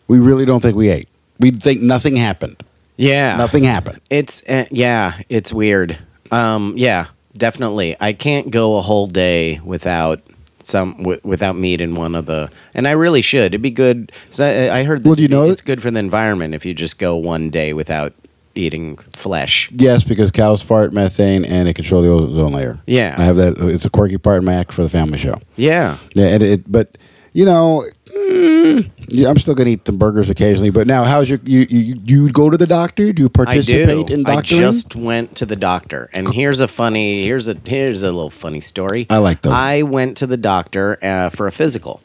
[SPEAKER 1] we really don't think we ate. We think nothing happened.
[SPEAKER 2] yeah,
[SPEAKER 1] Nothing happened.
[SPEAKER 2] It's uh, yeah, it's weird. Um, yeah, definitely. I can't go a whole day without some w- without meat in one of the, and I really should. It'd be good. So I, I heard.
[SPEAKER 1] Well, do you
[SPEAKER 2] it'd be-
[SPEAKER 1] know
[SPEAKER 2] it's
[SPEAKER 1] it?
[SPEAKER 2] good for the environment if you just go one day without eating flesh?
[SPEAKER 1] Yes, because cows fart methane and it controls the ozone layer.
[SPEAKER 2] Yeah.
[SPEAKER 1] I have that. It's a quirky part of my act for the family show.
[SPEAKER 2] Yeah,
[SPEAKER 1] Yeah, and it, but you know, mm, yeah, I'm still gonna eat some burgers occasionally. But now, how's your you you, you go to the doctor? Do you
[SPEAKER 2] I
[SPEAKER 1] participate
[SPEAKER 2] do.
[SPEAKER 1] in
[SPEAKER 2] I
[SPEAKER 1] doctoring?
[SPEAKER 2] just went to the doctor, and here's a funny. Here's a here's a little funny story.
[SPEAKER 1] I like those. Mm-hmm.
[SPEAKER 2] I went to the doctor uh, for a physical.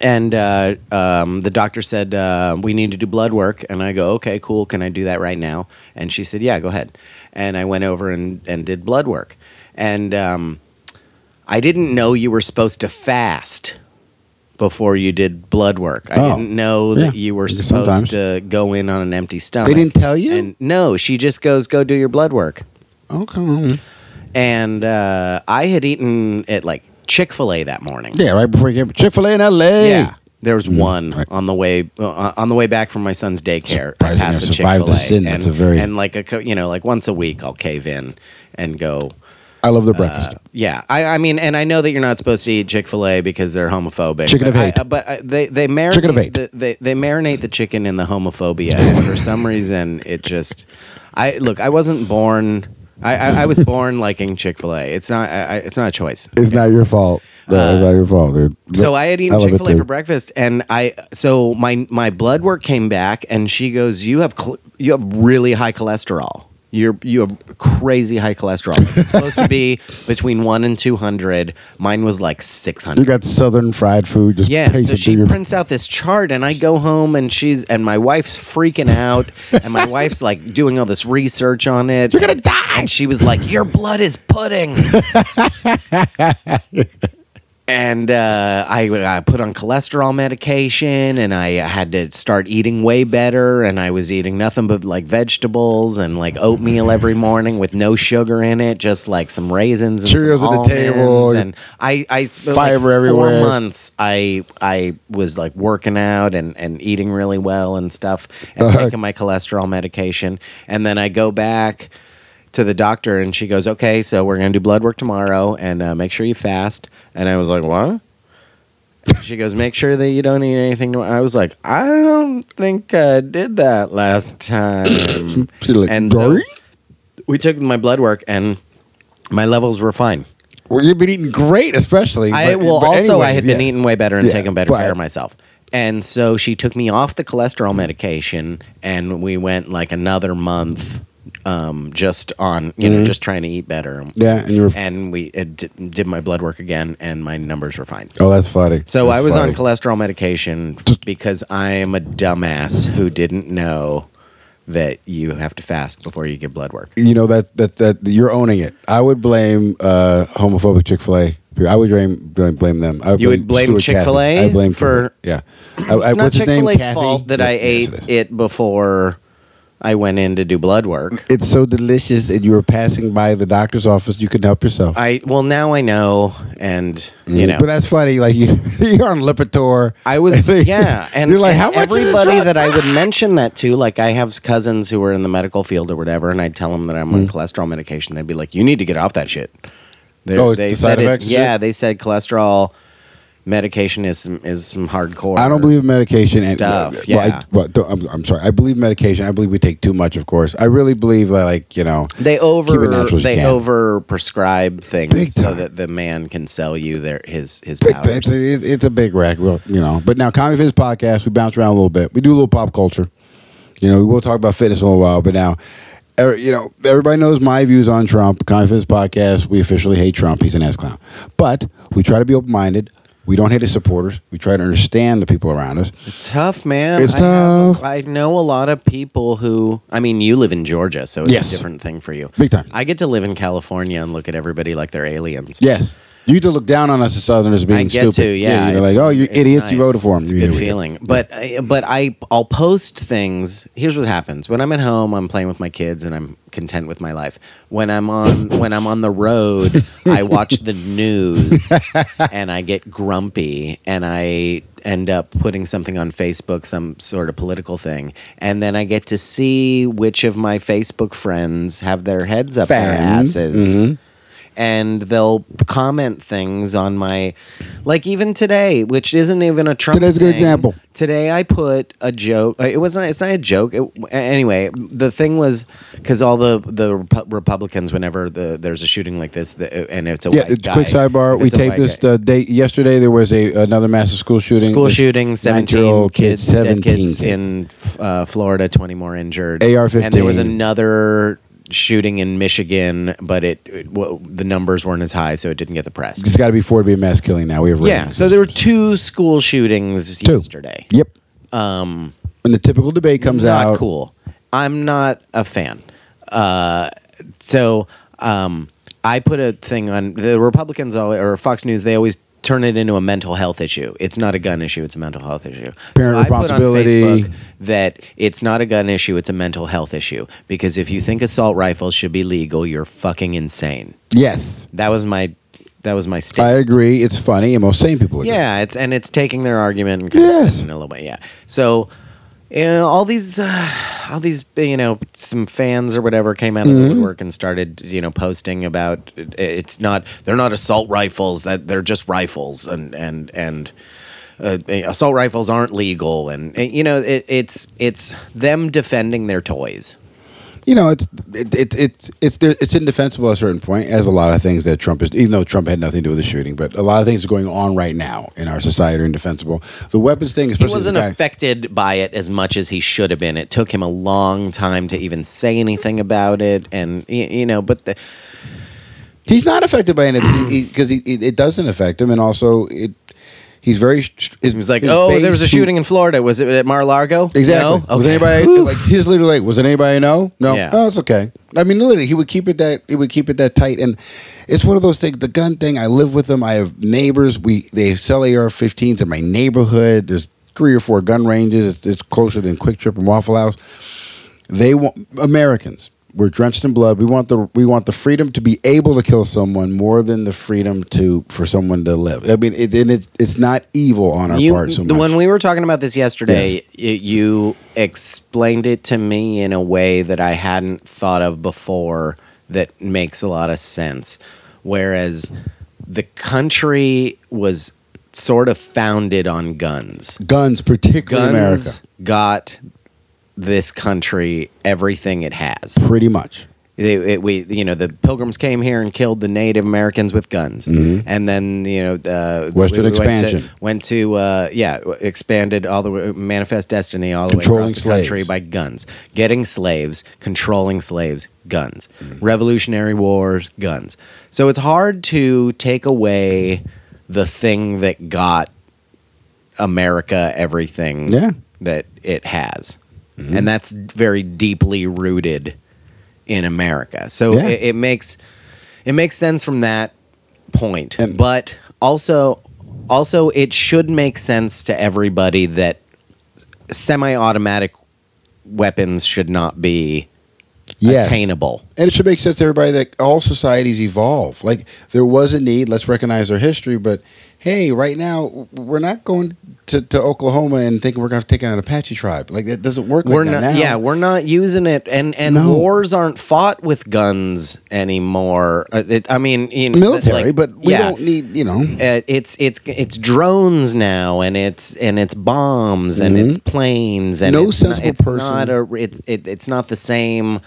[SPEAKER 2] And uh, um, the doctor said, uh, We need to do blood work. And I go, Okay, cool. Can I do that right now? And she said, Yeah, go ahead. And I went over and, and did blood work. And um, I didn't know you were supposed to fast before you did blood work. I
[SPEAKER 1] Oh,
[SPEAKER 2] didn't know that
[SPEAKER 1] yeah.
[SPEAKER 2] you were supposed
[SPEAKER 1] Sometimes.
[SPEAKER 2] to go in on an empty stomach.
[SPEAKER 1] They didn't tell you?
[SPEAKER 2] And no, she just goes, Go do your blood work
[SPEAKER 1] okay.
[SPEAKER 2] and uh, I had eaten at like Chick Fil A that morning.
[SPEAKER 1] Yeah, right before you came Chick Fil A in L.A.
[SPEAKER 2] Yeah, there was one
[SPEAKER 1] Mm-hmm. right.
[SPEAKER 2] on the way uh, on the way back from my son's daycare. I
[SPEAKER 1] Surprising
[SPEAKER 2] passed
[SPEAKER 1] you
[SPEAKER 2] a Chick
[SPEAKER 1] survived
[SPEAKER 2] Fil
[SPEAKER 1] the sin.
[SPEAKER 2] A,
[SPEAKER 1] That's
[SPEAKER 2] and,
[SPEAKER 1] a very-
[SPEAKER 2] and like a co- you know like once a week I'll cave in and go
[SPEAKER 1] I love their
[SPEAKER 2] Uh,
[SPEAKER 1] breakfast.
[SPEAKER 2] Yeah, I, I mean, and I know that you're not supposed to eat Chick Fil A because they're homophobic.
[SPEAKER 1] Chicken
[SPEAKER 2] but
[SPEAKER 1] of
[SPEAKER 2] I- uh,
[SPEAKER 1] hate.
[SPEAKER 2] but I, they they marinate
[SPEAKER 1] Chicken of hate.
[SPEAKER 2] The, they they marinate the chicken in the homophobia, and for some reason, it just. I look. I wasn't born. I, I, I was born liking Chick Fil A. It's not. I, I- it's not a choice.
[SPEAKER 1] It's not your fault. No, it's not your fault, dude.
[SPEAKER 2] Uh, So I had eaten
[SPEAKER 1] love it,
[SPEAKER 2] Chick Fil A
[SPEAKER 1] dude.
[SPEAKER 2] for breakfast, and I so my my blood work came back, and she goes, "You have cl- you have really high cholesterol. You're you have crazy high cholesterol. It's supposed to be between one and two hundred. Mine was like six
[SPEAKER 1] You
[SPEAKER 2] hundred.
[SPEAKER 1] got southern fried food just
[SPEAKER 2] Yeah, so
[SPEAKER 1] pasted
[SPEAKER 2] she
[SPEAKER 1] through your
[SPEAKER 2] prints out this chart, and I go home, and she's and my wife's freaking out, and my wife's like doing all this research on it. You're gonna die. And she was like, "Your blood is pudding." and uh, I, I put on cholesterol medication, and I had to start eating way better, and I was eating nothing but like vegetables and like oatmeal every morning with no sugar in it, just like some raisins and some
[SPEAKER 1] Cheerios at the table,
[SPEAKER 2] almonds, and I, I spent like,
[SPEAKER 1] Fiber
[SPEAKER 2] four
[SPEAKER 1] everywhere.
[SPEAKER 2] months I I was like working out and, and eating really well and stuff and
[SPEAKER 1] Uh-huh.
[SPEAKER 2] taking my cholesterol medication. And then I go back to the doctor and she goes, Okay, so we're gonna do blood work tomorrow and uh, make sure you fast. And I was like, What? And she goes, Make sure that you don't eat anything tomorrow. I was like, I don't think I did that last time.
[SPEAKER 1] She's like,
[SPEAKER 2] and so
[SPEAKER 1] "Great."
[SPEAKER 2] we took my blood work and my levels were fine.
[SPEAKER 1] Well, you've been eating great, especially.
[SPEAKER 2] I
[SPEAKER 1] but-
[SPEAKER 2] well,
[SPEAKER 1] but
[SPEAKER 2] also I
[SPEAKER 1] anyways,
[SPEAKER 2] had been
[SPEAKER 1] yes.
[SPEAKER 2] eating way better and
[SPEAKER 1] Yeah,
[SPEAKER 2] taking better
[SPEAKER 1] but-
[SPEAKER 2] care of myself, and so she took me off the cholesterol medication, and we went like another month, um, just on you
[SPEAKER 1] Mm-hmm.
[SPEAKER 2] know just trying to eat better.
[SPEAKER 1] Yeah, and you were.
[SPEAKER 2] and we it d- did my blood work again, and my numbers were fine.
[SPEAKER 1] oh, that's funny.
[SPEAKER 2] So
[SPEAKER 1] That's
[SPEAKER 2] I was
[SPEAKER 1] funny.
[SPEAKER 2] on cholesterol medication because I am a dumbass who didn't know that you have to fast before you get blood work.
[SPEAKER 1] you know that that that you're owning it. I would blame uh, homophobic Chick Fil A. I would blame blame, blame them. I
[SPEAKER 2] You would blame
[SPEAKER 1] Stuart Cathy.
[SPEAKER 2] Chick-fil-A
[SPEAKER 1] I blame
[SPEAKER 2] for-
[SPEAKER 1] Chick-fil-A. yeah. I, I, Uh,
[SPEAKER 2] It's not
[SPEAKER 1] what's his
[SPEAKER 2] Chick
[SPEAKER 1] name?
[SPEAKER 2] Fil A's
[SPEAKER 1] Cathy?
[SPEAKER 2] fault that
[SPEAKER 1] Yeah,
[SPEAKER 2] I
[SPEAKER 1] yes,
[SPEAKER 2] ate
[SPEAKER 1] is.
[SPEAKER 2] it before I went in to do blood work.
[SPEAKER 1] It's so delicious, and you were passing by the doctor's office. You couldn't help yourself.
[SPEAKER 2] I well now I know, and you know
[SPEAKER 1] Mm. but that's funny. Like you, you're on Lipitor.
[SPEAKER 2] I was
[SPEAKER 1] Like,
[SPEAKER 2] yeah, and
[SPEAKER 1] you're like,
[SPEAKER 2] and
[SPEAKER 1] how much is this
[SPEAKER 2] everybody
[SPEAKER 1] drug?
[SPEAKER 2] that I would mention that to, like I have cousins who are in the medical field or whatever, and I'd tell them that
[SPEAKER 1] Mm.
[SPEAKER 2] I'm on cholesterol medication. They'd be like, "You need to get off that shit." They're-
[SPEAKER 1] Oh, it's the side
[SPEAKER 2] said it-
[SPEAKER 1] effects and
[SPEAKER 2] Yeah,
[SPEAKER 1] shit?
[SPEAKER 2] they said cholesterol medication is some, is some hardcore.
[SPEAKER 1] I don't believe in medication
[SPEAKER 2] Stuff,
[SPEAKER 1] And, uh, well, I-
[SPEAKER 2] yeah.
[SPEAKER 1] well, don't- I'm, I'm sorry. I believe in medication. I believe we take too much. Of course, I really believe that, like you know,
[SPEAKER 2] They over
[SPEAKER 1] natural as you
[SPEAKER 2] they
[SPEAKER 1] can.
[SPEAKER 2] over prescribe
[SPEAKER 1] Big
[SPEAKER 2] things so
[SPEAKER 1] time.
[SPEAKER 2] that the man can sell you their his his
[SPEAKER 1] Big,
[SPEAKER 2] powers.
[SPEAKER 1] it's, it, it's a big rack, well, you know. But now, Comedy Fitness podcast, we bounce around a little bit. We do a little pop culture. You know, we will talk about fitness in a little while. But now, er, you know, everybody knows my views on Trump. Comedy Fitness podcast, we officially hate Trump. He's an ass clown. But we try to be open minded. We don't hate his supporters. We try to understand the people around us.
[SPEAKER 2] It's tough, man.
[SPEAKER 1] It's
[SPEAKER 2] I have-
[SPEAKER 1] tough.
[SPEAKER 2] I know a lot of people who. I mean, you live in Georgia, so it's
[SPEAKER 1] Yes.
[SPEAKER 2] a different thing for you.
[SPEAKER 1] Big time.
[SPEAKER 2] I get to live in California and look at everybody like they're aliens.
[SPEAKER 1] Yes. You used to look down on us as Southerners being
[SPEAKER 2] I get
[SPEAKER 1] stupid.
[SPEAKER 2] to. Yeah,
[SPEAKER 1] you're
[SPEAKER 2] it's-
[SPEAKER 1] like, oh, you
[SPEAKER 2] it's
[SPEAKER 1] idiots! You
[SPEAKER 2] nice.
[SPEAKER 1] voted for him.
[SPEAKER 2] It's a
[SPEAKER 1] You
[SPEAKER 2] good
[SPEAKER 1] idiot.
[SPEAKER 2] feeling. But I, but I I'll post things. Here's what happens when I'm at home. I'm playing with my kids and I'm content with my life. When I'm on when I'm on the road, I watch the news and I get grumpy and I end up putting something on Facebook, some sort of political thing, and then I get to see which of my Facebook friends have their heads up their
[SPEAKER 1] Fans. Mm-hmm.
[SPEAKER 2] asses and they'll comment things on my like even today which isn't even a trump
[SPEAKER 1] Today's a good
[SPEAKER 2] thing.
[SPEAKER 1] example.
[SPEAKER 2] today i put a joke uh, it wasn't it's not a joke It- anyway the thing was because all the the Repu- republicans whenever the there's a shooting like this the, uh, and it's a
[SPEAKER 1] Yeah,
[SPEAKER 2] white guy,
[SPEAKER 1] quick sidebar.
[SPEAKER 2] if
[SPEAKER 1] We
[SPEAKER 2] it's a
[SPEAKER 1] taped
[SPEAKER 2] white
[SPEAKER 1] this
[SPEAKER 2] guy-
[SPEAKER 1] uh, day yesterday. There was a another massive school shooting.
[SPEAKER 2] school
[SPEAKER 1] This
[SPEAKER 2] shooting 17
[SPEAKER 1] nine-year-old
[SPEAKER 2] kids,
[SPEAKER 1] kid,
[SPEAKER 2] dead kids,
[SPEAKER 1] kids.
[SPEAKER 2] in uh, florida 20 more injured
[SPEAKER 1] AR-15.
[SPEAKER 2] and there was another shooting in michigan but it, it w- the numbers weren't as high so it didn't get the press
[SPEAKER 1] It's got to be four to be a mass killing now. We have
[SPEAKER 2] Yeah,
[SPEAKER 1] ratings.
[SPEAKER 2] so there were two school shootings yesterday.
[SPEAKER 1] Yep. Um, when the typical debate comes
[SPEAKER 2] Not
[SPEAKER 1] out,
[SPEAKER 2] cool. I'm not a fan. Uh, so um, I put a thing on the Republicans always, or Fox News. They always turn it into a mental health issue. It's not a gun issue. It's a mental health issue.
[SPEAKER 1] Parent
[SPEAKER 2] so I put on
[SPEAKER 1] responsibility.
[SPEAKER 2] Facebook that it's not a gun issue. It's a mental health issue because if you think assault rifles should be legal, you're fucking insane.
[SPEAKER 1] Yes,
[SPEAKER 2] That was my that was my statement.
[SPEAKER 1] I agree. It's funny, and most sane people agree.
[SPEAKER 2] Yeah, it's and it's taking their argument and kind
[SPEAKER 1] Yes.
[SPEAKER 2] of spinning it a little bit. Yeah. So, you know, all these, uh, how these you know some fans or whatever came out of
[SPEAKER 1] Mm-hmm.
[SPEAKER 2] the woodwork and started you know posting about it, it's not they're not assault rifles that they're just rifles and and and uh, assault rifles aren't legal and, and, you know it, it's it's them defending their toys.
[SPEAKER 1] you know, it's it, it, it's it's there, it's indefensible at a certain point, as a lot of things that Trump is, even though Trump had nothing to do with the shooting, but a lot of things going on right now in our society are indefensible. The weapons thing,
[SPEAKER 2] He
[SPEAKER 1] especially
[SPEAKER 2] wasn't
[SPEAKER 1] the guy,
[SPEAKER 2] affected by it as much as he should have been. It took him a long time to even say anything about it, and y- you know, but the,
[SPEAKER 1] he's not affected by anything because he, he, it doesn't affect him, and also it he's very. It
[SPEAKER 2] He was like, "Oh, there was a shooting in Florida. Was it at Mar-a-Lago?
[SPEAKER 1] Exactly.
[SPEAKER 2] No?
[SPEAKER 1] Was
[SPEAKER 2] Okay.
[SPEAKER 1] anybody
[SPEAKER 2] Whew.
[SPEAKER 1] like his literally like was it anybody know? No.
[SPEAKER 2] Yeah.
[SPEAKER 1] Oh, it's okay. I mean, literally, he would keep it that he would keep it that tight, and it's one of those things. The gun thing. I live with them. I have neighbors. We they sell AR-15s in my neighborhood. There's three or four gun ranges. It's, it's closer than Quick Trip and Waffle House. They want Americans. We're drenched in blood. We want the we want the freedom to be able to kill someone more than the freedom to for someone to live. I mean, it, and it's it's not evil on our
[SPEAKER 2] You-
[SPEAKER 1] part so
[SPEAKER 2] the-
[SPEAKER 1] much.
[SPEAKER 2] when we were talking about this yesterday, y- you explained it to me in a way that I hadn't thought of before. That makes a lot of sense. Whereas the country was sort of founded on guns.
[SPEAKER 1] guns, particularly in America.
[SPEAKER 2] Guns got this country everything it has.
[SPEAKER 1] Pretty much.
[SPEAKER 2] They, it, we, you know, the Pilgrims came here and killed the Native Americans with guns, and then you know, uh,
[SPEAKER 1] Mm-hmm. Western
[SPEAKER 2] we- we
[SPEAKER 1] expansion.
[SPEAKER 2] went to, went to uh, yeah, w- expanded all the way, manifest destiny all the way
[SPEAKER 1] Controlling
[SPEAKER 2] across the
[SPEAKER 1] slaves.
[SPEAKER 2] country by guns, getting slaves, controlling slaves, guns,
[SPEAKER 1] Mm-hmm.
[SPEAKER 2] Revolutionary Wars, guns. So it's hard to take away the thing that got America everything
[SPEAKER 1] Yeah. Mm-hmm.
[SPEAKER 2] that it has. And that's very deeply rooted in America. So
[SPEAKER 1] Yeah.
[SPEAKER 2] it, it makes it makes sense from that point.
[SPEAKER 1] And-
[SPEAKER 2] but also also it should make sense to everybody that semi-automatic weapons should not be
[SPEAKER 1] Yes.
[SPEAKER 2] attainable.
[SPEAKER 1] And it should make sense to everybody that all societies evolve. Like there was a need, let's recognize our history, but hey, right now w- we're not going to, to Oklahoma and thinking we're going to take out an Apache tribe. Like that doesn't work
[SPEAKER 2] We're
[SPEAKER 1] like
[SPEAKER 2] not
[SPEAKER 1] that now.
[SPEAKER 2] yeah, we're not using it and and
[SPEAKER 1] No.
[SPEAKER 2] wars aren't fought with guns anymore. Uh, it- I mean, you know,
[SPEAKER 1] military,
[SPEAKER 2] like-
[SPEAKER 1] but we
[SPEAKER 2] yeah.
[SPEAKER 1] don't need, you know.
[SPEAKER 2] uh, it's it's it's drones now, and it's and it's bombs, and it's planes, and
[SPEAKER 1] Mm-hmm. No
[SPEAKER 2] it's
[SPEAKER 1] sensible
[SPEAKER 2] not, it's
[SPEAKER 1] person-
[SPEAKER 2] Not a, it's it, it's not the same.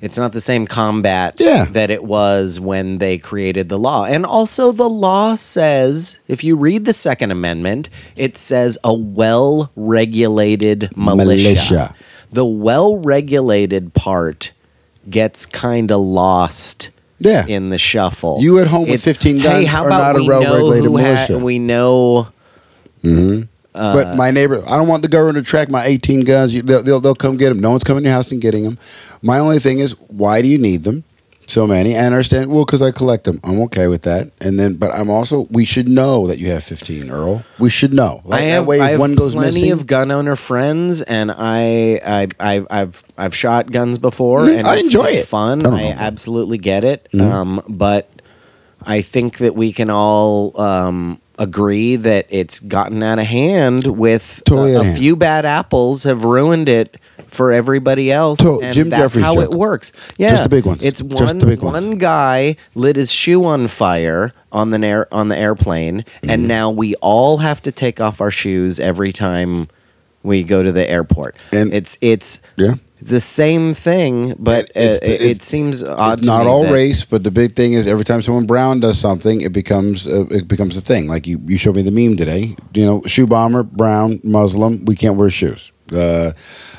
[SPEAKER 2] It's not the same combat
[SPEAKER 1] Yeah.
[SPEAKER 2] that it was when they created the law. And also, the law says, if you read the Second Amendment, it says a well regulated
[SPEAKER 1] Militia.
[SPEAKER 2] militia. The well regulated part gets kind of lost
[SPEAKER 1] Yeah.
[SPEAKER 2] in the shuffle.
[SPEAKER 1] You at home with 15
[SPEAKER 2] Hey,
[SPEAKER 1] guns
[SPEAKER 2] how
[SPEAKER 1] are
[SPEAKER 2] about
[SPEAKER 1] not a
[SPEAKER 2] we
[SPEAKER 1] well-regulated
[SPEAKER 2] know who ha-
[SPEAKER 1] militia."
[SPEAKER 2] we know. Uh,
[SPEAKER 1] but my neighbor, I don't want the governor to track my 18 guns. You, they'll, they'll, they'll come get them. No one's coming to your house and getting them. My only thing is, why do you need them? So many. And I understand, well, because I collect them. I'm okay with that. And then, but I'm also, we should know that you have 15, Earl. We should know. Like,
[SPEAKER 2] I
[SPEAKER 1] that
[SPEAKER 2] have,
[SPEAKER 1] way, if
[SPEAKER 2] I have
[SPEAKER 1] one goes
[SPEAKER 2] plenty
[SPEAKER 1] missing.
[SPEAKER 2] of gun owner friends, and I, I, I I've I've shot guns before,
[SPEAKER 1] Mm,
[SPEAKER 2] and
[SPEAKER 1] I
[SPEAKER 2] it's,
[SPEAKER 1] enjoy
[SPEAKER 2] it's
[SPEAKER 1] it. I
[SPEAKER 2] Fun.
[SPEAKER 1] don't
[SPEAKER 2] I,
[SPEAKER 1] know. Mm-hmm.
[SPEAKER 2] absolutely get it. Um, but I think that we can all um, agree that it's gotten out of hand. With
[SPEAKER 1] Totally out
[SPEAKER 2] a,
[SPEAKER 1] of
[SPEAKER 2] a
[SPEAKER 1] hand.
[SPEAKER 2] few bad apples have ruined it for everybody else,
[SPEAKER 1] To-
[SPEAKER 2] and
[SPEAKER 1] Jim
[SPEAKER 2] that's
[SPEAKER 1] Jeffries
[SPEAKER 2] how
[SPEAKER 1] joke.
[SPEAKER 2] it works. Yeah,
[SPEAKER 1] the big ones.
[SPEAKER 2] It's
[SPEAKER 1] Just
[SPEAKER 2] one
[SPEAKER 1] the big ones.
[SPEAKER 2] one guy lit his shoe on fire on the air on the airplane,
[SPEAKER 1] Mm-hmm.
[SPEAKER 2] and now we all have to take off our shoes every time we go to the airport.
[SPEAKER 1] And-
[SPEAKER 2] it's it's
[SPEAKER 1] Yeah.
[SPEAKER 2] it's the same thing, but
[SPEAKER 1] It's
[SPEAKER 2] uh,
[SPEAKER 1] the-
[SPEAKER 2] it, it
[SPEAKER 1] it's-
[SPEAKER 2] seems odd.
[SPEAKER 1] It's
[SPEAKER 2] to
[SPEAKER 1] Uh, not
[SPEAKER 2] me
[SPEAKER 1] all
[SPEAKER 2] that-
[SPEAKER 1] race, but the big thing is every time someone brown does something, it becomes a, it becomes a thing. Like you, you showed me the meme today. You know, shoe bomber, brown, Muslim. We can't wear shoes. Uh,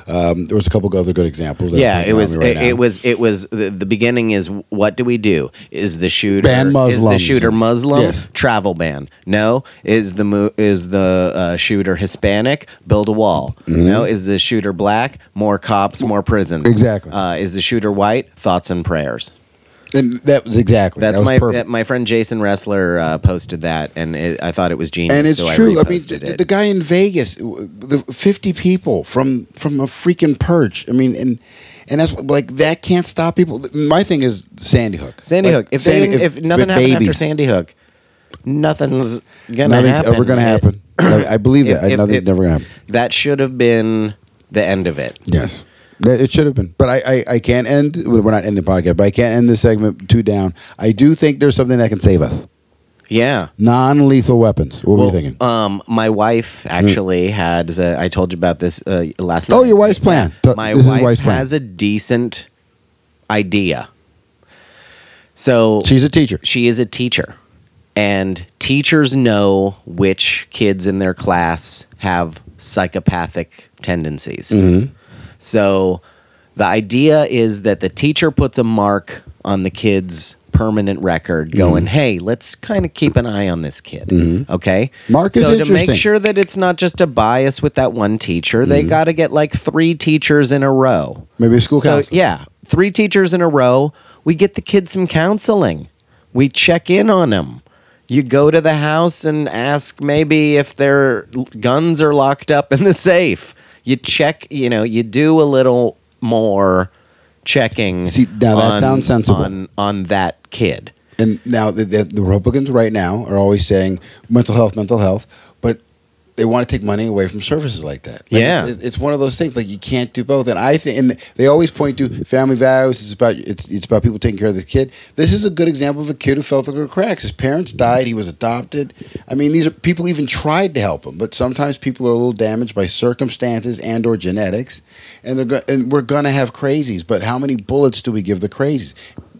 [SPEAKER 1] um, there was a couple of other good examples. that
[SPEAKER 2] Yeah,
[SPEAKER 1] are
[SPEAKER 2] it was.
[SPEAKER 1] coming right
[SPEAKER 2] it, it
[SPEAKER 1] now.
[SPEAKER 2] was. It was. The, the beginning is. What do we do? Is the shooter
[SPEAKER 1] Ban
[SPEAKER 2] Is the
[SPEAKER 1] Muslims.
[SPEAKER 2] shooter Muslim?
[SPEAKER 1] Yes.
[SPEAKER 2] Travel ban. No. Is the mo- is the uh, shooter Hispanic? Build a wall.
[SPEAKER 1] Mm-hmm.
[SPEAKER 2] No. Is the shooter black? More cops, more prisons.
[SPEAKER 1] Exactly.
[SPEAKER 2] Uh, is the shooter white? Thoughts and prayers.
[SPEAKER 1] And that was exactly.
[SPEAKER 2] That's
[SPEAKER 1] that was
[SPEAKER 2] my
[SPEAKER 1] perfect.
[SPEAKER 2] that- my friend Jason Wrestler uh, posted that, and it, I thought it was genius.
[SPEAKER 1] and it's
[SPEAKER 2] so
[SPEAKER 1] true.
[SPEAKER 2] I,
[SPEAKER 1] I, mean,
[SPEAKER 2] reposted
[SPEAKER 1] the,
[SPEAKER 2] it.
[SPEAKER 1] the guy in Vegas, w- the fifty people from from a freaking perch. I mean, and and that's like that can't stop people. My thing is Sandy Hook.
[SPEAKER 2] Sandy
[SPEAKER 1] Like,
[SPEAKER 2] Hook. If,
[SPEAKER 1] Sandy-
[SPEAKER 2] they, if, nothing
[SPEAKER 1] with
[SPEAKER 2] happened after
[SPEAKER 1] babies,
[SPEAKER 2] Sandy Hook, nothing's gonna
[SPEAKER 1] nothing's
[SPEAKER 2] happen.
[SPEAKER 1] ever going to
[SPEAKER 2] It-
[SPEAKER 1] happen. I I believe that.
[SPEAKER 2] if- if-
[SPEAKER 1] nothing's
[SPEAKER 2] if-
[SPEAKER 1] never going to happen.
[SPEAKER 2] That should have been the end of it.
[SPEAKER 1] Yes. It should have been, but I, I, I can't end. We're not ending the podcast, but I can't end this segment too down. I do think there's something that can save us.
[SPEAKER 2] Yeah.
[SPEAKER 1] Non-lethal weapons. What were
[SPEAKER 2] Well,
[SPEAKER 1] you thinking? Hmm.
[SPEAKER 2] um, my wife actually had. The, I told you about this uh, last.
[SPEAKER 1] oh,
[SPEAKER 2] night.
[SPEAKER 1] your wife's plan. T-
[SPEAKER 2] my
[SPEAKER 1] this is
[SPEAKER 2] wife
[SPEAKER 1] wife's plan.
[SPEAKER 2] has a decent idea. So
[SPEAKER 1] She's a teacher.
[SPEAKER 2] she is a teacher, and teachers know which kids in their class have psychopathic tendencies.
[SPEAKER 1] Mm-hmm.
[SPEAKER 2] So the idea is that the teacher puts a mark on the kid's permanent record
[SPEAKER 1] Mm-hmm.
[SPEAKER 2] going hey let's kind of keep an eye on this kid okay
[SPEAKER 1] Mark is
[SPEAKER 2] so to make
[SPEAKER 1] interesting. Mm-hmm.
[SPEAKER 2] sure that it's not just a bias with that one teacher they got to get like three teachers in a row
[SPEAKER 1] Maybe a school
[SPEAKER 2] so
[SPEAKER 1] counselor.
[SPEAKER 2] yeah three teachers in a row we get the kid some counseling we check in on them you go to the house and ask maybe if their l- guns are locked up in the safe you check you know you do a little more checking
[SPEAKER 1] See, now that
[SPEAKER 2] on-
[SPEAKER 1] sounds sensible.
[SPEAKER 2] on, on that kid
[SPEAKER 1] And now the, the, the Republicans right now are always saying mental health, mental health, but they want to take money away from services like that. Like,
[SPEAKER 2] Yeah.
[SPEAKER 1] it- it's one of those things. Like you can't do both. And I think, and they always point to family values. It's about it's, it's about people taking care of the kid. This is a good example of a kid who fell through the cracks. His parents died. He was adopted. I mean, these are people even tried to help him, but sometimes people are a little damaged by circumstances and or genetics, and they're go- and we're gonna have crazies. But how many bullets do we give the crazies?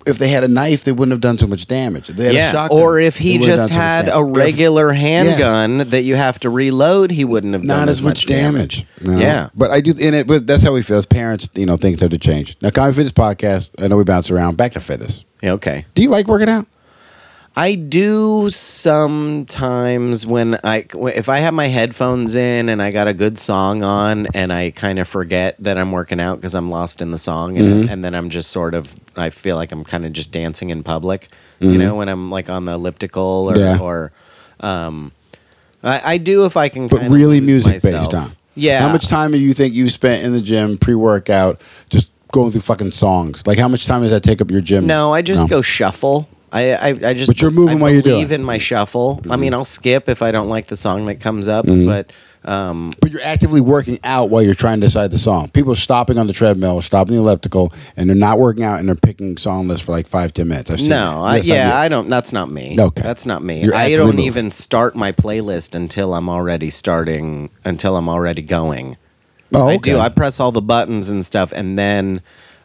[SPEAKER 1] If they had a knife, they wouldn't have done so much damage. If they had a
[SPEAKER 2] yeah
[SPEAKER 1] shotgun,
[SPEAKER 2] or if
[SPEAKER 1] they
[SPEAKER 2] he
[SPEAKER 1] wouldn't have done
[SPEAKER 2] just
[SPEAKER 1] so much
[SPEAKER 2] had
[SPEAKER 1] damage.
[SPEAKER 2] a
[SPEAKER 1] If-
[SPEAKER 2] regular handgun that you have to reload he wouldn't have
[SPEAKER 1] not
[SPEAKER 2] done
[SPEAKER 1] as much damage. no.
[SPEAKER 2] yeah
[SPEAKER 1] but I do in it. But that's how we feel as parents. You know, things have to change. Now, Common Fitness podcast. I know we bounce around. Back to fitness.
[SPEAKER 2] okay
[SPEAKER 1] Do you like working out?
[SPEAKER 2] I do sometimes when I if I have my headphones in and I got a good song on and I kind of forget that I'm working out because I'm lost in the song and,
[SPEAKER 1] Mm-hmm.
[SPEAKER 2] and then I'm just sort of I feel like I'm kind of just dancing in public, you know, when I'm like on the elliptical or
[SPEAKER 1] Mm-hmm. Yeah.
[SPEAKER 2] or um, I, I do if I can,
[SPEAKER 1] But
[SPEAKER 2] kinda
[SPEAKER 1] really,
[SPEAKER 2] lose
[SPEAKER 1] music
[SPEAKER 2] myself.
[SPEAKER 1] based on.
[SPEAKER 2] Yeah,
[SPEAKER 1] How much time do you think you spent in the gym pre workout just going through fucking songs? Like, how much time does that take up your gym?
[SPEAKER 2] No, I just go shuffle. I, I, I just.
[SPEAKER 1] But you're moving
[SPEAKER 2] I
[SPEAKER 1] while you do
[SPEAKER 2] believe
[SPEAKER 1] it. Mm-hmm.
[SPEAKER 2] in my shuffle. I mean, I'll skip if I don't like the song that comes up, but um,
[SPEAKER 1] But you're actively working out while you're trying to decide the song. People are stopping on the treadmill, stopping the elliptical, and they're not working out, and they're picking song lists for like five, ten minutes. I've seen that.
[SPEAKER 2] no, I,
[SPEAKER 1] Yes,
[SPEAKER 2] yeah,
[SPEAKER 1] do.
[SPEAKER 2] I don't. That's not me.
[SPEAKER 1] Okay.
[SPEAKER 2] that's not me.
[SPEAKER 1] You're
[SPEAKER 2] I
[SPEAKER 1] actively
[SPEAKER 2] don't
[SPEAKER 1] moving.
[SPEAKER 2] even start my playlist until I'm already starting. Until I'm already going.
[SPEAKER 1] Oh,
[SPEAKER 2] I do.
[SPEAKER 1] okay.
[SPEAKER 2] I press all the buttons and stuff, and then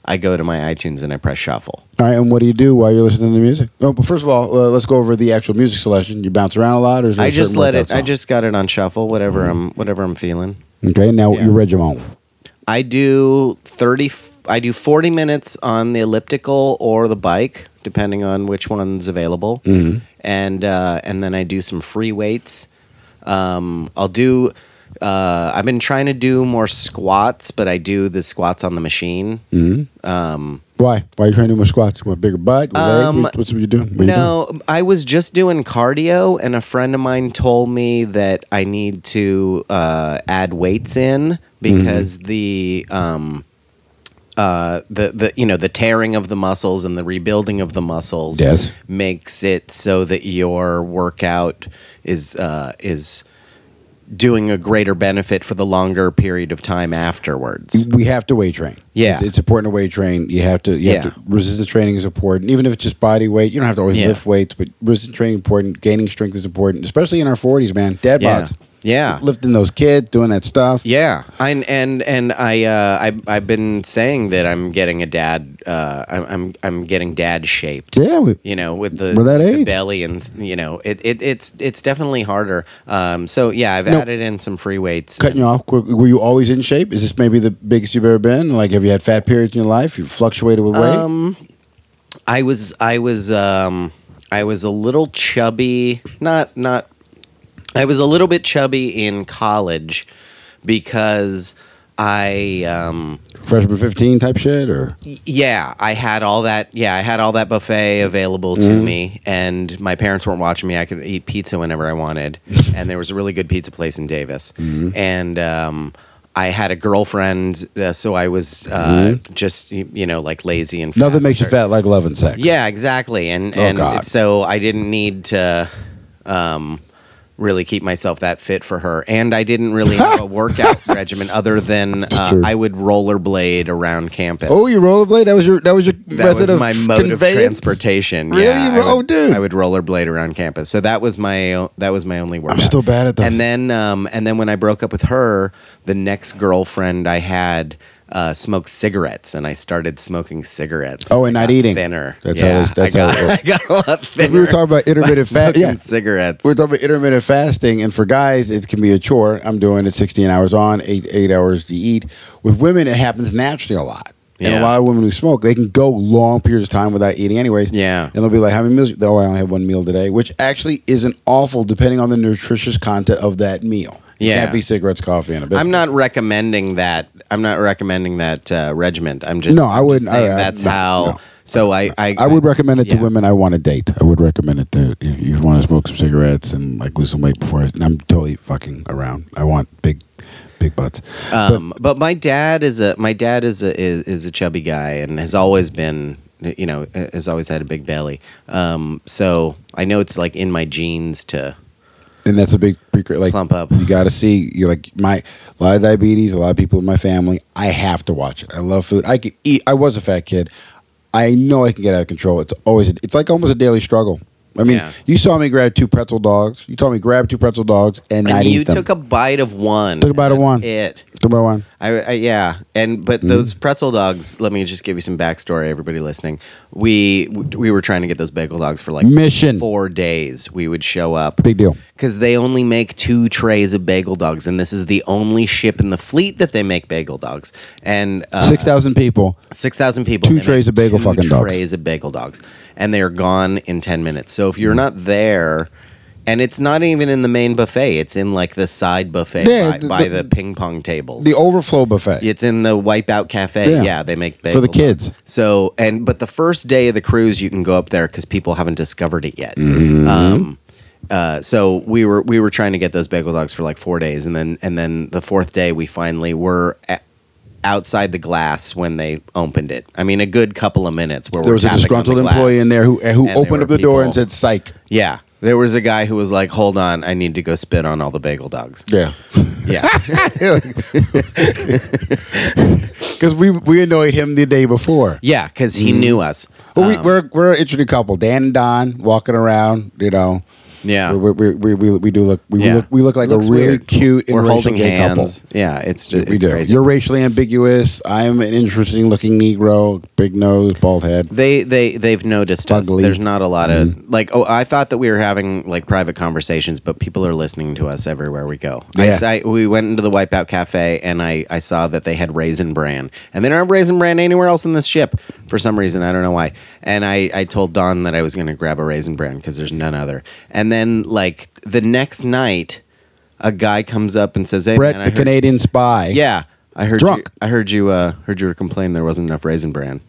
[SPEAKER 2] I go to my iTunes and I press shuffle.
[SPEAKER 1] All right, and what do you do while you're listening to the music? Oh, but first of all, uh, let's go over the actual music selection. You bounce around a lot, or is there a
[SPEAKER 2] I just
[SPEAKER 1] certain
[SPEAKER 2] let
[SPEAKER 1] workout
[SPEAKER 2] it. I
[SPEAKER 1] song? Mm-hmm.
[SPEAKER 2] just got it on shuffle. Whatever I'm. Whatever I'm feeling.
[SPEAKER 1] okay. Now
[SPEAKER 2] Yeah.
[SPEAKER 1] you read your own.
[SPEAKER 2] I do 30 I do 40 minutes on the elliptical or the bike depending on which one's available. And uh, and then I do some free weights. Um, I'll do uh, I've been trying to do more squats, but I do the squats on the machine.
[SPEAKER 1] Why? Why are you trying to do more squats? You want a bigger butt? Your leg?
[SPEAKER 2] Um,
[SPEAKER 1] What's- what's what you doing? What you
[SPEAKER 2] No, I was just doing cardio, and a friend of mine told me that I need to uh, add weights in because the um, uh, the the you know the tearing of the muscles and the rebuilding of the muscles
[SPEAKER 1] Yes.
[SPEAKER 2] makes it so that your workout is uh, is doing a greater benefit for the longer period of time afterwards.
[SPEAKER 1] doing? We have to weight train.
[SPEAKER 2] Yeah.
[SPEAKER 1] it's, it's important to weight train. You have to. You
[SPEAKER 2] Yeah.
[SPEAKER 1] have to. Resistance training is important, even if it's just body weight. You don't have to always
[SPEAKER 2] Yeah.
[SPEAKER 1] lift weights, but resistance training is important. Gaining strength is important, especially in our forties, man. Dead
[SPEAKER 2] Yeah.
[SPEAKER 1] bods.
[SPEAKER 2] Yeah.
[SPEAKER 1] lifting those kids, doing that stuff.
[SPEAKER 2] Yeah, I, and and I, uh, I I've been saying that I'm getting a dad. Uh, I'm, I'm I'm getting dad shaped.
[SPEAKER 1] Yeah, we,
[SPEAKER 2] You know, with the,
[SPEAKER 1] With that
[SPEAKER 2] the
[SPEAKER 1] age.
[SPEAKER 2] belly and you know, it, it it's it's definitely harder. Um, so yeah, I've
[SPEAKER 1] No.
[SPEAKER 2] added in some free weights.
[SPEAKER 1] cutting you off. Were- Were you always in shape? Is this maybe the biggest you've ever been? Like, have you had fat periods in your life? You fluctuated with weight.
[SPEAKER 2] Um, I was I was um I was a little chubby. Not not. I was a little bit chubby in college because I um.
[SPEAKER 1] Freshman fifteen type shit, or
[SPEAKER 2] yeah i had all that yeah i had all that buffet available to
[SPEAKER 1] Mm-hmm.
[SPEAKER 2] me and my parents weren't watching me i could eat pizza whenever i wanted and there was a really good pizza place in davis
[SPEAKER 1] Mm-hmm.
[SPEAKER 2] and um, i had a girlfriend uh, so i was uh, just y- you know like lazy and fat.
[SPEAKER 1] Mm-hmm. nothing makes you fat like love and sex.
[SPEAKER 2] yeah exactly and
[SPEAKER 1] Oh,
[SPEAKER 2] and
[SPEAKER 1] God.
[SPEAKER 2] so i didn't need to um, really keep myself that fit for her. And I didn't really have a workout regimen other than uh,
[SPEAKER 1] true.
[SPEAKER 2] I would rollerblade around campus.
[SPEAKER 1] Oh, you rollerblade? That was your that was your
[SPEAKER 2] that
[SPEAKER 1] method
[SPEAKER 2] was
[SPEAKER 1] of
[SPEAKER 2] my mode of
[SPEAKER 1] conveyance?
[SPEAKER 2] transportation.
[SPEAKER 1] Really?
[SPEAKER 2] Yeah, I
[SPEAKER 1] Oh,
[SPEAKER 2] would,
[SPEAKER 1] dude.
[SPEAKER 2] I would rollerblade around campus. So that was my that was my only workout.
[SPEAKER 1] I'm still bad at those.
[SPEAKER 2] And then, um, and then when I broke up with her, the next girlfriend I had uh, smoked cigarettes, and I started smoking cigarettes.
[SPEAKER 1] Oh, and
[SPEAKER 2] I
[SPEAKER 1] not
[SPEAKER 2] got
[SPEAKER 1] eating.
[SPEAKER 2] Thinner.
[SPEAKER 1] That's how
[SPEAKER 2] yeah,
[SPEAKER 1] it- that's
[SPEAKER 2] I
[SPEAKER 1] how
[SPEAKER 2] got,
[SPEAKER 1] it works.
[SPEAKER 2] I got a lot thinner.
[SPEAKER 1] we were talking about
[SPEAKER 2] by
[SPEAKER 1] intermittent fast.
[SPEAKER 2] smoking
[SPEAKER 1] Yeah,
[SPEAKER 2] cigarettes.
[SPEAKER 1] we were talking about intermittent fasting, and for guys, it can be a chore. I'm doing it 16 hours on, eight eight hours to eat. With women, it happens naturally a lot. And a
[SPEAKER 2] Yeah.
[SPEAKER 1] lot of women who smoke, they can go long periods of time without eating, anyways.
[SPEAKER 2] Yeah.
[SPEAKER 1] and they'll be like, "How many meals?" Oh, I only had one meal today, which actually isn't awful, depending on the nutritious content of that meal. It
[SPEAKER 2] Yeah.
[SPEAKER 1] can't be cigarettes, coffee, and a biscuit.
[SPEAKER 2] I'm not recommending that. I'm not recommending that uh, regiment. I'm just
[SPEAKER 1] No,
[SPEAKER 2] I'm
[SPEAKER 1] I
[SPEAKER 2] just
[SPEAKER 1] wouldn't-
[SPEAKER 2] saying
[SPEAKER 1] I- I-
[SPEAKER 2] that's
[SPEAKER 1] no,
[SPEAKER 2] how.
[SPEAKER 1] no.
[SPEAKER 2] so I, I
[SPEAKER 1] I would recommend it to
[SPEAKER 2] yeah.
[SPEAKER 1] women I want to date. I would recommend it to if you want to smoke some cigarettes and like lose some weight before. I, and I'm totally fucking around. I want big, big butts.
[SPEAKER 2] Um, but, my dad is a my dad is a is, is a chubby guy and has always been you know has always had a big belly. Um, so I know it's like in my genes to
[SPEAKER 1] and that's a big secret. Like
[SPEAKER 2] Plump up.
[SPEAKER 1] You got to see. You're like my a lot of diabetes. A lot of people in my family. I have to watch it. I love food. I could eat. I was a fat kid. I know I can get out of control. It's always. It's like almost a daily struggle. I mean,
[SPEAKER 2] Yeah.
[SPEAKER 1] you saw me grab two pretzel dogs. You told me grab two pretzel dogs and, not
[SPEAKER 2] and you
[SPEAKER 1] eat them.
[SPEAKER 2] took a bite of one.
[SPEAKER 1] Took a bite of
[SPEAKER 2] and that's
[SPEAKER 1] one. Mm-hmm.
[SPEAKER 2] It.
[SPEAKER 1] Two by one.
[SPEAKER 2] I, I yeah, and but those pretzel dogs. Let me just give you some backstory, everybody listening. We we were trying to get those bagel dogs for like
[SPEAKER 1] Mission.
[SPEAKER 2] four days. We would show up
[SPEAKER 1] Big deal.
[SPEAKER 2] because they only make two trays of bagel dogs, and this is the only ship in the fleet that they make bagel dogs. And uh,
[SPEAKER 1] Six thousand people.
[SPEAKER 2] Six thousand people.
[SPEAKER 1] Two
[SPEAKER 2] They make
[SPEAKER 1] trays of bagel
[SPEAKER 2] two
[SPEAKER 1] fucking dogs.
[SPEAKER 2] Trays of bagel dogs, and they are gone in ten minutes. So if
[SPEAKER 1] Mm.
[SPEAKER 2] you're not there, and it's not even in the main buffet, it's in like the side buffet
[SPEAKER 1] Yeah,
[SPEAKER 2] by,
[SPEAKER 1] the-
[SPEAKER 2] by
[SPEAKER 1] the-
[SPEAKER 2] the ping pong tables.
[SPEAKER 1] The overflow buffet.
[SPEAKER 2] it's in the Wipeout Cafe.
[SPEAKER 1] Yeah.
[SPEAKER 2] Yeah, they make bagel
[SPEAKER 1] For the
[SPEAKER 2] dogs.
[SPEAKER 1] kids.
[SPEAKER 2] So and but the first day of the cruise, you can go up there because people haven't discovered it yet.
[SPEAKER 1] Mm-hmm.
[SPEAKER 2] Um, uh, so we were we were trying to get those bagel dogs for like four days, and then and then the fourth day we finally were. a Outside the glass when they opened it. I mean, a good couple of minutes where
[SPEAKER 1] There
[SPEAKER 2] we're
[SPEAKER 1] was a
[SPEAKER 2] tapping on the
[SPEAKER 1] disgruntled
[SPEAKER 2] glass.
[SPEAKER 1] employee in there who who
[SPEAKER 2] And there
[SPEAKER 1] opened
[SPEAKER 2] were
[SPEAKER 1] up the door and
[SPEAKER 2] people-
[SPEAKER 1] said, "Psych."
[SPEAKER 2] Yeah, there was a guy who was like, "Hold on, I need to go spit on all the bagel dogs."
[SPEAKER 1] Yeah,
[SPEAKER 2] Yeah,
[SPEAKER 1] because we we annoyed him the day before.
[SPEAKER 2] yeah, because he knew us.
[SPEAKER 1] Mm-hmm. Well, we,
[SPEAKER 2] Um,
[SPEAKER 1] we're we're an interesting couple. Dan and Don walking around, you know.
[SPEAKER 2] yeah,
[SPEAKER 1] We, we, we, we, we do look we, we
[SPEAKER 2] Yeah.
[SPEAKER 1] look we look like a
[SPEAKER 2] Looks
[SPEAKER 1] really
[SPEAKER 2] weird.
[SPEAKER 1] cute and
[SPEAKER 2] We're
[SPEAKER 1] racial
[SPEAKER 2] holding
[SPEAKER 1] gay
[SPEAKER 2] hands. Yeah, it's just
[SPEAKER 1] couple. We do.
[SPEAKER 2] Crazy.
[SPEAKER 1] You're racially ambiguous. I'm an interesting looking Negro, big nose, bald head.
[SPEAKER 2] they they they've noticed us.
[SPEAKER 1] Fugly.
[SPEAKER 2] There's not a lot of
[SPEAKER 1] Mm-hmm.
[SPEAKER 2] like. Oh, I thought that we were having like private conversations, but people are listening to us everywhere we go. I-
[SPEAKER 1] Yeah.
[SPEAKER 2] I, we went into the Wipeout Cafe and I I saw that they had Raisin Bran, and they don't have Raisin Bran anywhere else in this ship for some reason. I don't know why. And I I told Don that I was going to grab a Raisin Bran because there's none other. And then like the next night, a guy comes up and says, "Hey,
[SPEAKER 1] Brett,
[SPEAKER 2] man, I
[SPEAKER 1] the
[SPEAKER 2] heard-
[SPEAKER 1] Canadian spy.
[SPEAKER 2] Yeah, I heard
[SPEAKER 1] Drunk.
[SPEAKER 2] You, I heard you. Uh, heard you were complaining there wasn't enough raisin bran.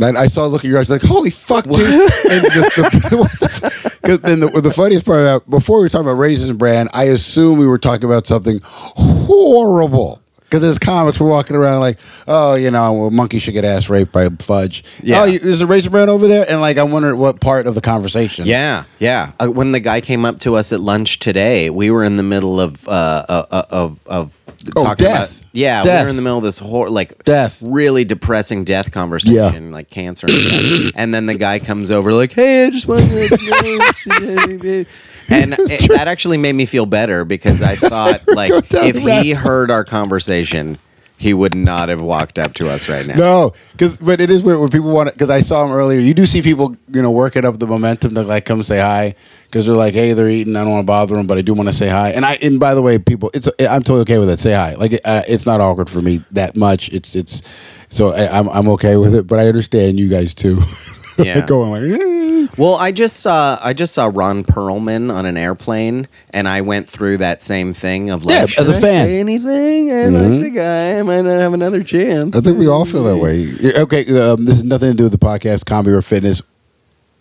[SPEAKER 1] And I saw a look at your eyes like, holy fuck, dude. and the, the, what the fuck? 'Cause then the, the funniest part about before we were talking about Raisin Brand, I assume we were talking about something horrible. Because as comics, we're walking around like, oh, you know, well, monkey should get ass raped by fudge.
[SPEAKER 2] Yeah.
[SPEAKER 1] Oh, you, there's a Raisin Brand over there? And like, I wonder what part of the conversation.
[SPEAKER 2] Yeah, yeah. Uh, when the guy came up to us at lunch today, we were in the middle of uh, uh, uh, of of
[SPEAKER 1] Oh,
[SPEAKER 2] talking
[SPEAKER 1] death.
[SPEAKER 2] about yeah,
[SPEAKER 1] Death.
[SPEAKER 2] we were in the middle of this hor- like
[SPEAKER 1] Death.
[SPEAKER 2] really depressing death conversation, like cancer, and, stuff. and then the guy comes over like, hey, I just wanted to let you know it's- And it, that actually made me feel better because I thought, like,
[SPEAKER 1] down
[SPEAKER 2] if
[SPEAKER 1] the rabbit
[SPEAKER 2] he heard our conversation, he would not have walked up to us right now.
[SPEAKER 1] No, because but it is weird when people want to. Because I saw them earlier. You do see people, you know, working up the momentum to like come say hi because they're like, hey, they're eating. I don't want to bother them, but I do want to say hi. And I and by the way, people, it's I'm totally okay with it. Say hi. Like uh, it's not awkward for me that much. It's it's so I, I'm I'm okay with it. But I understand you guys too.
[SPEAKER 2] Yeah.
[SPEAKER 1] going like. "Eh."
[SPEAKER 2] Well, I just saw I just saw Ron Perlman on an airplane, and I went through that same thing of like,
[SPEAKER 1] Yeah,
[SPEAKER 2] should
[SPEAKER 1] as a
[SPEAKER 2] I
[SPEAKER 1] fan. Mm-hmm.
[SPEAKER 2] say anything? I like the guy. I might not have another chance.
[SPEAKER 1] I think we all feel that way. Okay, um, this has nothing to do with the podcast, comedy, or fitness.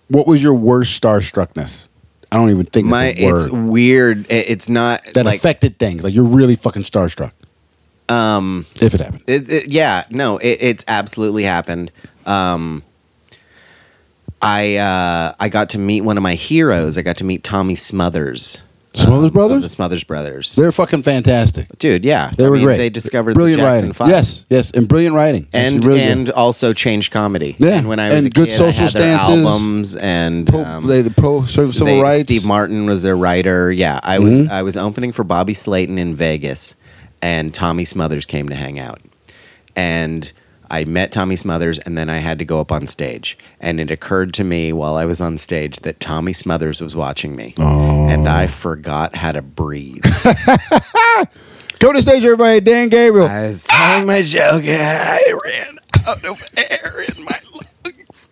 [SPEAKER 1] What was your worst starstruckness? I don't even think
[SPEAKER 2] My,
[SPEAKER 1] that's a word.
[SPEAKER 2] it's weird. It- It's not
[SPEAKER 1] that
[SPEAKER 2] like
[SPEAKER 1] affected things. Like you're really fucking starstruck. Um, if it happened,
[SPEAKER 2] It, it, yeah, no, it, it's absolutely happened. Um, I uh, I got to meet one of my heroes. I got to meet Tommy Smothers.
[SPEAKER 1] Smothers Brothers?
[SPEAKER 2] The Smothers Brothers.
[SPEAKER 1] They're fucking fantastic.
[SPEAKER 2] Dude, yeah.
[SPEAKER 1] They
[SPEAKER 2] I
[SPEAKER 1] were
[SPEAKER 2] mean,
[SPEAKER 1] great.
[SPEAKER 2] They discovered
[SPEAKER 1] brilliant
[SPEAKER 2] the Jackson
[SPEAKER 1] writing.
[SPEAKER 2] Five.
[SPEAKER 1] Yes, yes, and brilliant writing. It's
[SPEAKER 2] And
[SPEAKER 1] really good.
[SPEAKER 2] and also changed comedy.
[SPEAKER 1] Yeah,
[SPEAKER 2] And when I was
[SPEAKER 1] and
[SPEAKER 2] a
[SPEAKER 1] Good
[SPEAKER 2] kid, I
[SPEAKER 1] Social
[SPEAKER 2] had their
[SPEAKER 1] Stances.
[SPEAKER 2] albums and
[SPEAKER 1] pro,
[SPEAKER 2] um,
[SPEAKER 1] they, the pro civil
[SPEAKER 2] they-
[SPEAKER 1] rights.
[SPEAKER 2] Steve Martin was their writer. Yeah, I was
[SPEAKER 1] Mhm.
[SPEAKER 2] I was opening for Bobby Slayton in Vegas, and Tommy Smothers came to hang out, and I met Tommy Smothers, and then I had to go up on stage, and it occurred to me while I was on stage that Tommy Smothers was watching me,
[SPEAKER 1] Oh.
[SPEAKER 2] and I forgot how to breathe.
[SPEAKER 1] Go to the stage, everybody. Dan Gabriel.
[SPEAKER 2] I was telling my joke, and I ran out of air in my lungs.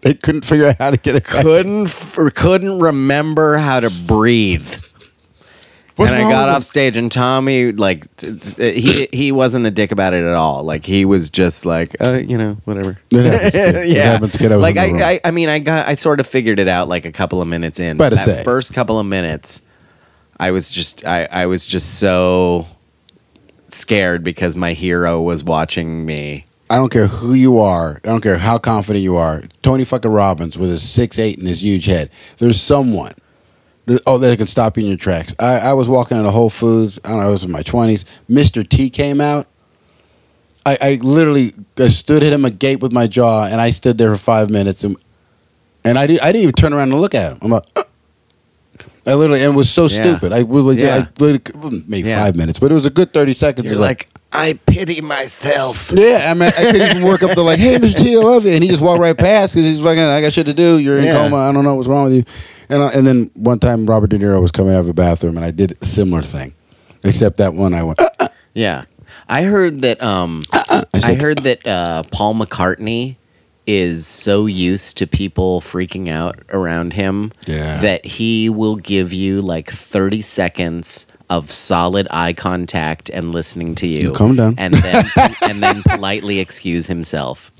[SPEAKER 1] they couldn't figure out how to get it. back.
[SPEAKER 2] Couldn't f- couldn't remember how to breathe.
[SPEAKER 1] What's
[SPEAKER 2] and I
[SPEAKER 1] wrong
[SPEAKER 2] got
[SPEAKER 1] with
[SPEAKER 2] off stage, and Tommy, like, t- t- he he wasn't a dick about it at all. Like, he was just like, uh, you know, whatever.
[SPEAKER 1] It happens, kid. It happens, kid. I was
[SPEAKER 2] like
[SPEAKER 1] in the room.
[SPEAKER 2] I, I, I mean, I got, I sort of figured it out like a couple of minutes in.
[SPEAKER 1] About to
[SPEAKER 2] that
[SPEAKER 1] say.
[SPEAKER 2] first couple of minutes, I was just, I, I was just so scared because my hero was watching me.
[SPEAKER 1] I don't care who you are. I don't care how confident you are. Tony fucking Robbins with his six eight and his huge head. There's someone. There's, oh, that can stop you in your tracks. I, I was walking into Whole Foods. I don't know. I was in my twenties. Mister T came out. I, I literally I stood at him agape with my jaw, and I stood there for five minutes, and and I did, I didn't even turn around and look at him. I'm like. "Uh." I literally and it was so
[SPEAKER 2] Yeah.
[SPEAKER 1] stupid. I was like,
[SPEAKER 2] Yeah.
[SPEAKER 1] I literally, maybe
[SPEAKER 2] Yeah.
[SPEAKER 1] five minutes, but it was a good thirty seconds.
[SPEAKER 2] You're
[SPEAKER 1] It's
[SPEAKER 2] like, I pity myself.
[SPEAKER 1] yeah, I mean, I couldn't even work up to like, "Hey, Mr. T, I love you," and he just walked right past because he's fucking. I got shit to do. You're in
[SPEAKER 2] Yeah.
[SPEAKER 1] coma. I don't know what's wrong with you. And I, and then one time, Robert De Niro was coming out of a bathroom, and I did a similar thing, except that one I went.
[SPEAKER 2] Yeah. I heard that um I heard that uh Paul McCartney is so used to people freaking out around him
[SPEAKER 1] Yeah.
[SPEAKER 2] that he will give you like 30 seconds of solid eye contact and listening to you.
[SPEAKER 1] Calm down.
[SPEAKER 2] And then and then politely excuse himself.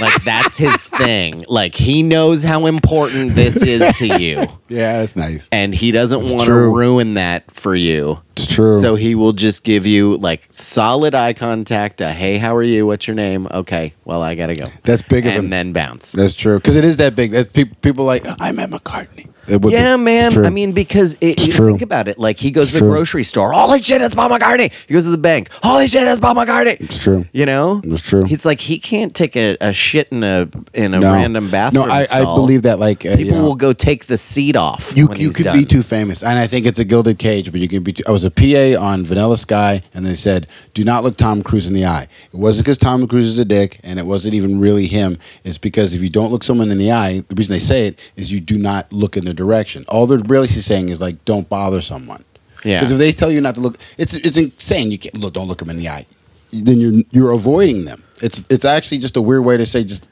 [SPEAKER 2] like that's his thing. Like he knows how important this is to you
[SPEAKER 1] yeah, that's nice.
[SPEAKER 2] and he doesn't want to
[SPEAKER 1] true.
[SPEAKER 2] ruin that for you.
[SPEAKER 1] It's true.
[SPEAKER 2] So he will just give you like solid eye contact. A, hey, how are you? What's your name? Okay, well I gotta go.
[SPEAKER 1] that's big of
[SPEAKER 2] and
[SPEAKER 1] him.
[SPEAKER 2] then bounce.
[SPEAKER 1] That's true because it is that big. That's people. People like I met McCartney. It would be-
[SPEAKER 2] Yeah,
[SPEAKER 1] it's
[SPEAKER 2] man.
[SPEAKER 1] true.
[SPEAKER 2] I mean, because it, you
[SPEAKER 1] true.
[SPEAKER 2] think about it. Like he goes to the
[SPEAKER 1] true.
[SPEAKER 2] grocery store. Holy shit, it's Paul McCartney. He goes to the bank. Holy shit, it's Paul McCartney.
[SPEAKER 1] it's true.
[SPEAKER 2] You know,
[SPEAKER 1] It's true.
[SPEAKER 2] It's like he can't take a, a shit in a in a
[SPEAKER 1] No.
[SPEAKER 2] random bathroom.
[SPEAKER 1] No, I, I
[SPEAKER 2] stall.
[SPEAKER 1] believe that. Like uh, you
[SPEAKER 2] people
[SPEAKER 1] know-
[SPEAKER 2] will go take the seat off.
[SPEAKER 1] You,
[SPEAKER 2] when
[SPEAKER 1] you
[SPEAKER 2] he's
[SPEAKER 1] could
[SPEAKER 2] done.
[SPEAKER 1] be too famous, and I think it's a gilded cage. But you can be. Too, I was a PA on Vanilla Sky, and they said, "Do not look Tom Cruise in the eye." It wasn't because Tom Cruise is a dick, and it wasn't even really him. It's because if you don't look someone in the eye, the reason they say it is you do not look in their direction. All they're really saying is like, "Don't bother someone."
[SPEAKER 2] Yeah.
[SPEAKER 1] Because if they tell you not to look, it's it's insane. You can't look. Don't look them in the eye. Then you're you're avoiding them. It's it's actually just a weird way to say just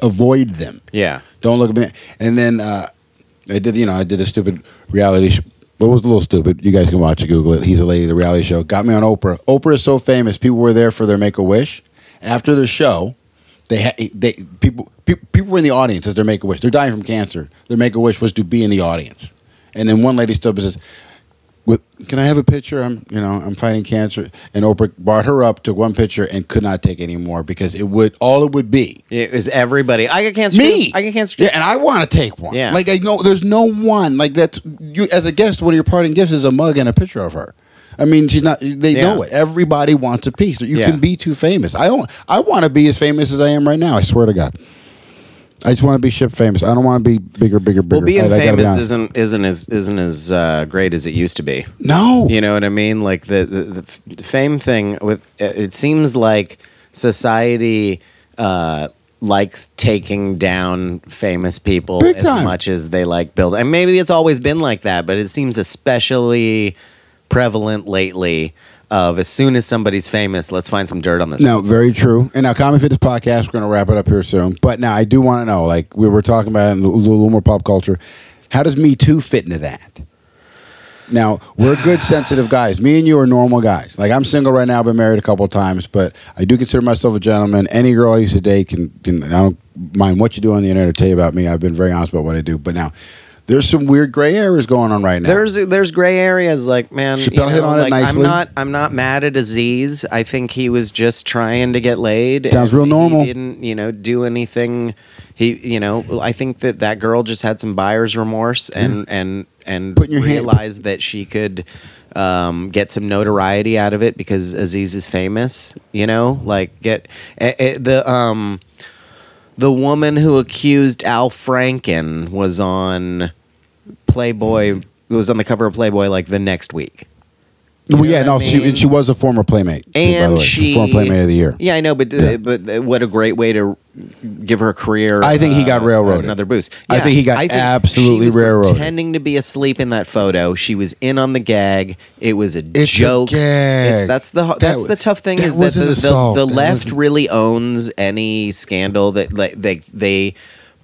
[SPEAKER 1] avoid them.
[SPEAKER 2] Yeah.
[SPEAKER 1] Don't look at me. And then uh, I did, you know, I did a stupid reality show. What was a little stupid? You guys can watch it. Google it. He's a lady. The reality show got me on Oprah. Oprah is so famous. People were there for their Make a Wish. After the show, they had they people pe- people were in the audience as their Make a Wish. They're dying from cancer. Their Make a Wish was to be in the audience. And then one lady stood up and says, "With can I have a picture? I'm you know I'm fighting cancer." And Oprah brought her up, took one picture, and could not take any more because it would all it would be
[SPEAKER 2] It was everybody. I got cancer.
[SPEAKER 1] me.
[SPEAKER 2] too. I got cancer. too.
[SPEAKER 1] Yeah, and I want to take one.
[SPEAKER 2] Yeah.
[SPEAKER 1] Like I know there's no one like that's you as a guest. One of your parting gifts is a mug and a picture of her. I mean, she's not. They
[SPEAKER 2] Yeah.
[SPEAKER 1] know it. Everybody wants a piece. You
[SPEAKER 2] Yeah.
[SPEAKER 1] can be too famous. I don't. I want to be as famous as I am right now. I swear to God. I just want to be ship famous. I don't want to be bigger, bigger, bigger.
[SPEAKER 2] Well, being
[SPEAKER 1] I- I gotta be
[SPEAKER 2] famous
[SPEAKER 1] honest.
[SPEAKER 2] isn't isn't as isn't as uh, great as it used to be.
[SPEAKER 1] no.
[SPEAKER 2] You know what I mean? Like the the, the f- the fame thing with uh, it seems like society uh, likes taking down famous people
[SPEAKER 1] Big
[SPEAKER 2] as
[SPEAKER 1] time.
[SPEAKER 2] much as they like build. And maybe it's always been like that, but it seems especially prevalent lately. Of as soon as somebody's famous, let's find some dirt on this.
[SPEAKER 1] No, very true. And now, Common Fitness Podcast, we're going to wrap it up here soon. But now, I do want to know, like we were talking about in a little more pop culture, how does Me Too fit into that? Now, we're good, sensitive guys. Me and you are normal guys. Like, I'm single right now, been married a couple of times, but I do consider myself a gentleman. Any girl I used to date can, can I don't mind what you do on the internet or tell you about me. I've been very honest about what I do. But now, There's some weird gray areas going on right now.
[SPEAKER 2] There's there's gray areas like man.
[SPEAKER 1] Chappelle hit on it
[SPEAKER 2] like,
[SPEAKER 1] nicely.
[SPEAKER 2] I'm not I'm not mad at Aziz. I think he was just trying to get laid.
[SPEAKER 1] Sounds
[SPEAKER 2] and
[SPEAKER 1] real normal.
[SPEAKER 2] He didn't you know do anything. He you know I think that that girl just had some buyer's remorse and and and
[SPEAKER 1] Mm-hmm. Putting your hand-
[SPEAKER 2] realized that she could um, get some notoriety out of it because Aziz is famous. You know, like get eh, eh, the um the woman who accused Al Franken was on Playboy was on the cover of Playboy like the next week.
[SPEAKER 1] well,
[SPEAKER 2] know
[SPEAKER 1] yeah,
[SPEAKER 2] what
[SPEAKER 1] no,
[SPEAKER 2] I
[SPEAKER 1] she
[SPEAKER 2] mean?
[SPEAKER 1] and she was a former playmate. too, by
[SPEAKER 2] And
[SPEAKER 1] the way.
[SPEAKER 2] she-
[SPEAKER 1] former playmate of the year.
[SPEAKER 2] Yeah, I know, but
[SPEAKER 1] Yeah.
[SPEAKER 2] uh but uh, what a great way to give her career. uh,
[SPEAKER 1] I think he got railroaded.
[SPEAKER 2] Another boost.
[SPEAKER 1] I think he got absolutely
[SPEAKER 2] she was
[SPEAKER 1] railroaded.
[SPEAKER 2] Pretending to be asleep in that photo, she was in on the gag. It was a
[SPEAKER 1] It's a
[SPEAKER 2] joke.
[SPEAKER 1] gag.
[SPEAKER 2] It's- that's the
[SPEAKER 1] That
[SPEAKER 2] that's
[SPEAKER 1] wa-
[SPEAKER 2] the tough thing
[SPEAKER 1] that
[SPEAKER 2] is that
[SPEAKER 1] wasn't
[SPEAKER 2] the, the,
[SPEAKER 1] assault.
[SPEAKER 2] the
[SPEAKER 1] That
[SPEAKER 2] left
[SPEAKER 1] wasn't-
[SPEAKER 2] really owns any scandal that like, they they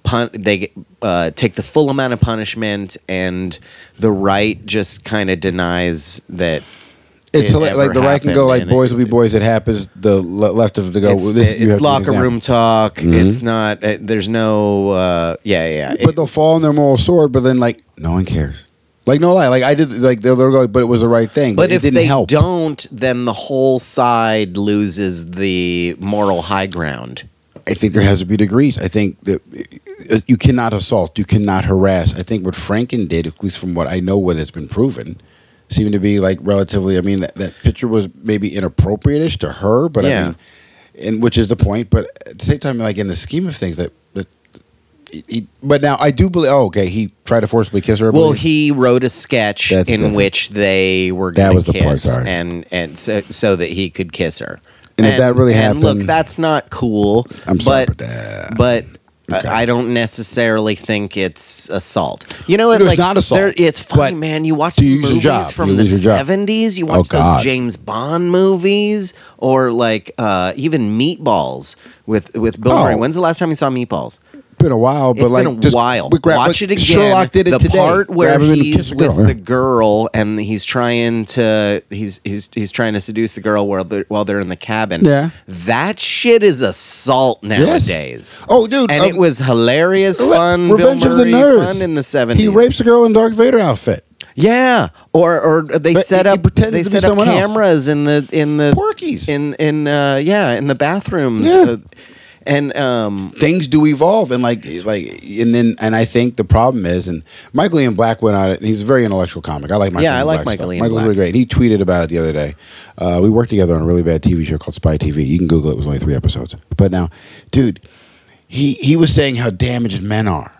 [SPEAKER 2] pun they uh, take the full amount of punishment and the right just kind of denies that
[SPEAKER 1] It's
[SPEAKER 2] it
[SPEAKER 1] hila- like
[SPEAKER 2] ever
[SPEAKER 1] the right can go
[SPEAKER 2] happened,
[SPEAKER 1] like
[SPEAKER 2] and
[SPEAKER 1] boys
[SPEAKER 2] it-
[SPEAKER 1] will be boys. It happens. The le- left of the go.
[SPEAKER 2] it's,
[SPEAKER 1] well, this, you have to Mm-hmm. do
[SPEAKER 2] it's locker
[SPEAKER 1] this now.
[SPEAKER 2] room talk. It's not. Uh, there's no. Uh, yeah, yeah. It-
[SPEAKER 1] But they'll fall on their moral sword. But then like no one cares. Like no lie. Like I did. Like they'll, they'll go. But it was the right thing.
[SPEAKER 2] but
[SPEAKER 1] it
[SPEAKER 2] if
[SPEAKER 1] didn't
[SPEAKER 2] they
[SPEAKER 1] help.
[SPEAKER 2] don't, then the whole side loses the moral high ground.
[SPEAKER 1] I think there has to be degrees. I think that uh, you cannot assault, you cannot harass. I think what Franken did, at least from what I know, what has been proven, seemed to be like relatively. I mean, that, that picture was maybe inappropriate-ish to her, but I
[SPEAKER 2] Yeah.
[SPEAKER 1] mean, and which is the point. But at the same time, like in the scheme of things, that that. He, he- but now I do believe. Oh, okay. He tried to forcibly kiss her. I
[SPEAKER 2] Well,
[SPEAKER 1] believe.
[SPEAKER 2] he wrote a sketch
[SPEAKER 1] That's
[SPEAKER 2] in
[SPEAKER 1] different.
[SPEAKER 2] which they were
[SPEAKER 1] That
[SPEAKER 2] going
[SPEAKER 1] was
[SPEAKER 2] to
[SPEAKER 1] the
[SPEAKER 2] kiss,
[SPEAKER 1] part, sorry.
[SPEAKER 2] and and so, so that he could kiss her.
[SPEAKER 1] And if that really
[SPEAKER 2] and look,
[SPEAKER 1] happened-
[SPEAKER 2] that's not cool.
[SPEAKER 1] I'm sorry, but
[SPEAKER 2] but
[SPEAKER 1] that-
[SPEAKER 2] but I-
[SPEAKER 1] Okay.
[SPEAKER 2] I don't necessarily think it's assault. You know,
[SPEAKER 1] No,
[SPEAKER 2] it,
[SPEAKER 1] it's
[SPEAKER 2] like
[SPEAKER 1] not assault,
[SPEAKER 2] there- it's funny,
[SPEAKER 1] but
[SPEAKER 2] man. You watch
[SPEAKER 1] do
[SPEAKER 2] some
[SPEAKER 1] you lose your
[SPEAKER 2] movies
[SPEAKER 1] job?
[SPEAKER 2] from
[SPEAKER 1] You
[SPEAKER 2] the
[SPEAKER 1] lose your job. Oh,
[SPEAKER 2] seventies. You watch
[SPEAKER 1] God.
[SPEAKER 2] those James Bond movies, or like uh, even Meatballs with with Bill Murray.
[SPEAKER 1] Oh.
[SPEAKER 2] When's the last time you saw Meatballs?
[SPEAKER 1] been a while, but
[SPEAKER 2] It's
[SPEAKER 1] like
[SPEAKER 2] been a
[SPEAKER 1] just-
[SPEAKER 2] while.
[SPEAKER 1] we grab-
[SPEAKER 2] Watch
[SPEAKER 1] like,
[SPEAKER 2] it again.
[SPEAKER 1] Sherlock did it
[SPEAKER 2] the
[SPEAKER 1] today.
[SPEAKER 2] part where
[SPEAKER 1] Grab him and
[SPEAKER 2] he's
[SPEAKER 1] kiss a
[SPEAKER 2] with
[SPEAKER 1] girl, yeah.
[SPEAKER 2] the girl and he's trying to he's he's he's trying to seduce the girl while they're, while they're in the cabin.
[SPEAKER 1] Yeah.
[SPEAKER 2] that shit is assault nowadays.
[SPEAKER 1] Oh, dude,
[SPEAKER 2] and
[SPEAKER 1] uh,
[SPEAKER 2] it was hilarious,
[SPEAKER 1] Re-
[SPEAKER 2] fun,
[SPEAKER 1] Revenge
[SPEAKER 2] Bill
[SPEAKER 1] of the
[SPEAKER 2] Murray
[SPEAKER 1] Nerds.
[SPEAKER 2] fun in the seventies.
[SPEAKER 1] He rapes a girl in Darth Vader outfit.
[SPEAKER 2] yeah, or or they
[SPEAKER 1] But
[SPEAKER 2] set
[SPEAKER 1] he- he
[SPEAKER 2] up
[SPEAKER 1] pretends
[SPEAKER 2] they
[SPEAKER 1] to be
[SPEAKER 2] set up
[SPEAKER 1] someone else.
[SPEAKER 2] cameras in the in the
[SPEAKER 1] Porkies.
[SPEAKER 2] in in uh yeah in the bathrooms.
[SPEAKER 1] Yeah.
[SPEAKER 2] Uh, and um
[SPEAKER 1] things do evolve and like like and then and I think the problem is and Michael Ian Black went on it and he's a very intellectual comic. I like Michael.
[SPEAKER 2] Yeah, I
[SPEAKER 1] Ian
[SPEAKER 2] like
[SPEAKER 1] Black's
[SPEAKER 2] Michael
[SPEAKER 1] stuff.
[SPEAKER 2] Ian
[SPEAKER 1] Michael's
[SPEAKER 2] Black.
[SPEAKER 1] really great. He tweeted about it the other day. Uh, we worked together on a really bad TV show called Spy TV. You can Google it. It was only three episodes. But now, dude, he he was saying how damaged men are.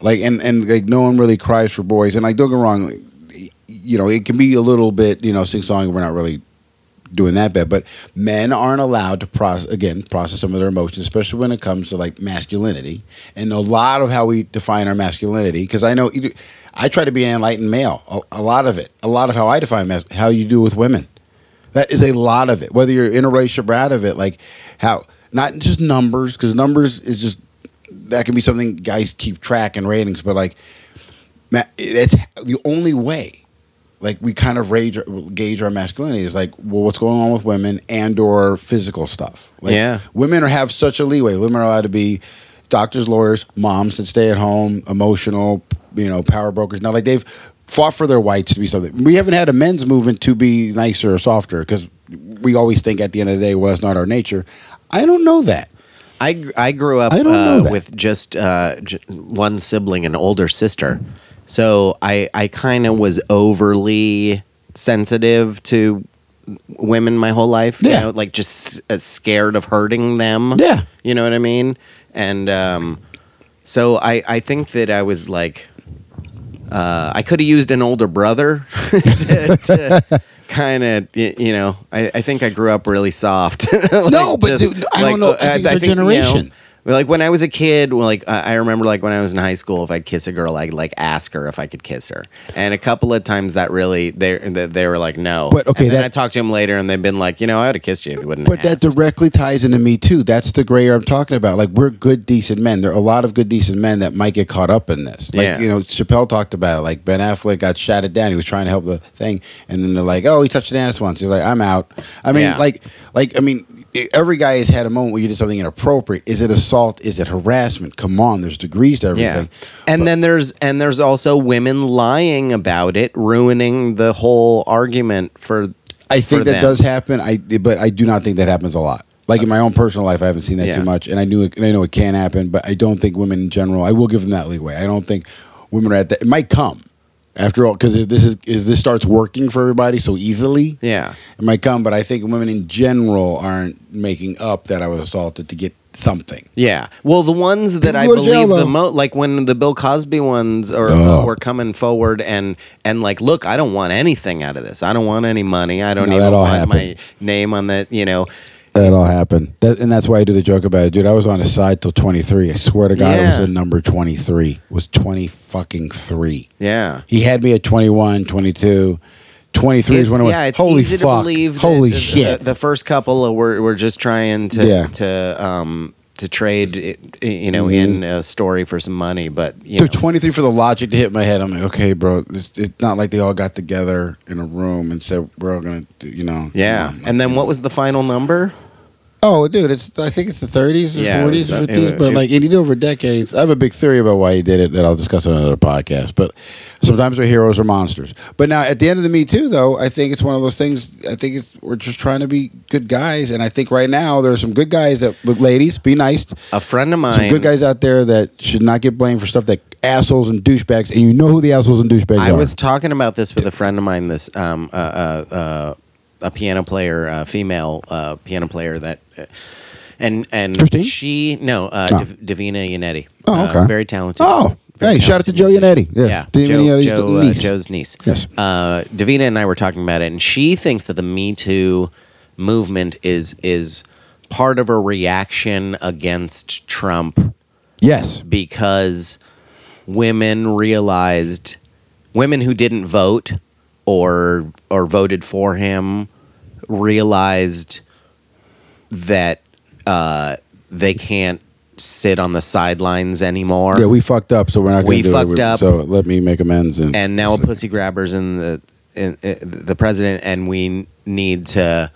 [SPEAKER 1] Like and and like no one really cries for boys and like don't get me wrong, y- you know it can be a little bit you know sing song. We're not really doing that bad. But men aren't allowed to process again process some of their emotions, especially when it comes to like masculinity and a lot of how we define our masculinity. Because I know you do, I try to be an enlightened male. A, a lot of it, a lot of how I define mas- how you do with women. That is a lot of it. Whether you're in a relationship or out of it, like how not just numbers because numbers is just that can be something guys keep track and ratings, but like ma- it's the only way like we kind of rage, gauge our masculinity is like well what's going on with women and or physical stuff like
[SPEAKER 2] Yeah.
[SPEAKER 1] women are, have such a leeway women are allowed to be doctors lawyers moms that stay at home emotional you know power brokers now like they've fought for their rights to be something we haven't had a men's movement to be nicer or softer because we always think at the end of the day well that's not our nature i don't know that
[SPEAKER 2] I gr- I grew up
[SPEAKER 1] I don't know
[SPEAKER 2] uh,
[SPEAKER 1] that.
[SPEAKER 2] with just uh, j- one sibling, an older sister, so I I kind of was overly sensitive to women my whole life.
[SPEAKER 1] Yeah.
[SPEAKER 2] you know, like just uh, scared of hurting them.
[SPEAKER 1] Yeah.
[SPEAKER 2] you know what I mean. And um, so I I think that I was like. Uh, I could have used an older brother to, kind of, you know, I, I think I grew up really soft. Like, uh,
[SPEAKER 1] No, but dude, I don't know. I think it's our
[SPEAKER 2] you know,
[SPEAKER 1] generation.
[SPEAKER 2] like when I was a kid, well, like I I remember, like when I was in high school, if I'd kiss a girl, I'd like ask her if I could kiss her, and a couple of times that really they they, they were like no.
[SPEAKER 1] But, okay,
[SPEAKER 2] and then
[SPEAKER 1] that-
[SPEAKER 2] I talked to him later, and they've been like, you know, I would have kissed you if you wouldn't.
[SPEAKER 1] But that
[SPEAKER 2] have asked.
[SPEAKER 1] directly ties into me too. That's the gray area I'm talking about. Like we're good, decent men. There are a lot of good, decent men that might get caught up in this. Like
[SPEAKER 2] Yeah.
[SPEAKER 1] you know, Chappelle talked about it. Like Ben Affleck got shouted down. He was trying to help the thing, and then they're like, "Oh, he touched an ass once." He's like, "I'm out." I mean,
[SPEAKER 2] Yeah.
[SPEAKER 1] like, like I mean, e, every guy has had a moment where you did something inappropriate. Is it assault? Is it harassment? Come on, there's degrees to
[SPEAKER 2] Yeah.
[SPEAKER 1] everything.
[SPEAKER 2] And then there's and there's also women lying about it, ruining the whole argument for
[SPEAKER 1] I think
[SPEAKER 2] for
[SPEAKER 1] that
[SPEAKER 2] them.
[SPEAKER 1] does happen. I but I do not think that happens a lot. Like in my own personal life, I haven't seen that
[SPEAKER 2] Yeah.
[SPEAKER 1] too much, and I knew it, and I know it can happen, but I don't think women in general. I will give them that leeway. I don't think women are at that. It might come after all because if this is is this starts working for everybody so easily,
[SPEAKER 2] Yeah.
[SPEAKER 1] it might come. But I think women in general aren't making up that I was assaulted to get something.
[SPEAKER 2] Yeah. Well, the ones that
[SPEAKER 1] People
[SPEAKER 2] I
[SPEAKER 1] go to jail,
[SPEAKER 2] believe the
[SPEAKER 1] though.
[SPEAKER 2] most, like when the Bill Cosby ones are,
[SPEAKER 1] Oh.
[SPEAKER 2] were coming forward and and like, look, I don't want anything out of this. I don't want any money. I don't
[SPEAKER 1] No,
[SPEAKER 2] even
[SPEAKER 1] that all
[SPEAKER 2] want my
[SPEAKER 1] happened.
[SPEAKER 2] name on that. You know.
[SPEAKER 1] That all happened, that, and that's why I do the joke about it, dude. I was on a side till twenty three. I swear to God,
[SPEAKER 2] Yeah.
[SPEAKER 1] it was the number twenty three. It Was twenty fucking three.
[SPEAKER 2] Yeah.
[SPEAKER 1] He had me at 21, 22. 23
[SPEAKER 2] It's,
[SPEAKER 1] is when I went,
[SPEAKER 2] yeah, it's
[SPEAKER 1] holy
[SPEAKER 2] easy
[SPEAKER 1] fuck,
[SPEAKER 2] to believe.
[SPEAKER 1] holy
[SPEAKER 2] that the-
[SPEAKER 1] shit.
[SPEAKER 2] The, the first couple were were just trying to
[SPEAKER 1] Yeah.
[SPEAKER 2] to um to trade, it, you know, in
[SPEAKER 1] Mm-hmm.
[SPEAKER 2] a story for some money, but you know,
[SPEAKER 1] Dude, 23 for the logic to hit my head. I'm like, okay, bro, it's, it's not like they all got together in a room and said, we're all going to, you know.
[SPEAKER 2] yeah.
[SPEAKER 1] come on.
[SPEAKER 2] And then what was the final number?
[SPEAKER 1] Oh, dude, it's I think it's the 30s or
[SPEAKER 2] Yeah, it
[SPEAKER 1] 40s,
[SPEAKER 2] was, uh, it
[SPEAKER 1] 50s,
[SPEAKER 2] wa-
[SPEAKER 1] but
[SPEAKER 2] it-
[SPEAKER 1] like, and he did over decades. I have a big theory about why he did it that I'll discuss on another podcast, but sometimes we're heroes or monsters. But now, at the end of the Me Too, though, I think it's one of those things, I think it's, we're just trying to be good guys, and I think right now there are some good guys that, with ladies, be nice.
[SPEAKER 2] A friend of
[SPEAKER 1] some
[SPEAKER 2] mine.
[SPEAKER 1] good guys out there that should not get blamed for stuff that assholes and douchebags, and you know who the assholes and douchebags
[SPEAKER 2] I
[SPEAKER 1] are.
[SPEAKER 2] was talking about this with a friend of mine. This um, uh, uh, uh, a piano player, a female uh, piano player that, uh, and and
[SPEAKER 1] Christine?
[SPEAKER 2] she no uh,
[SPEAKER 1] Oh.
[SPEAKER 2] Div- Davina Yannetti.
[SPEAKER 1] Oh,
[SPEAKER 2] Uh,
[SPEAKER 1] okay.
[SPEAKER 2] very talented.
[SPEAKER 1] Oh,
[SPEAKER 2] very
[SPEAKER 1] hey, shout out to
[SPEAKER 2] talented
[SPEAKER 1] Joe
[SPEAKER 2] musician.
[SPEAKER 1] Yannetti. Yeah, Davina
[SPEAKER 2] Joe,
[SPEAKER 1] Yannetti's
[SPEAKER 2] Joe,
[SPEAKER 1] the
[SPEAKER 2] uh,
[SPEAKER 1] niece.
[SPEAKER 2] Joe's niece.
[SPEAKER 1] Yes.
[SPEAKER 2] Uh, Davina and I were talking about it, and she thinks that the Me Too movement is is part of a reaction against Trump
[SPEAKER 1] yes,
[SPEAKER 2] because women realized women who didn't vote or or voted for him realized that uh, they can't sit on the sidelines anymore.
[SPEAKER 1] yeah, we fucked up, so we're not. Gonna
[SPEAKER 2] We
[SPEAKER 1] do
[SPEAKER 2] fucked
[SPEAKER 1] it. We-
[SPEAKER 2] up.
[SPEAKER 1] So let me make amends and
[SPEAKER 2] and now a pussy grabber's in the in, in, the president, and we need to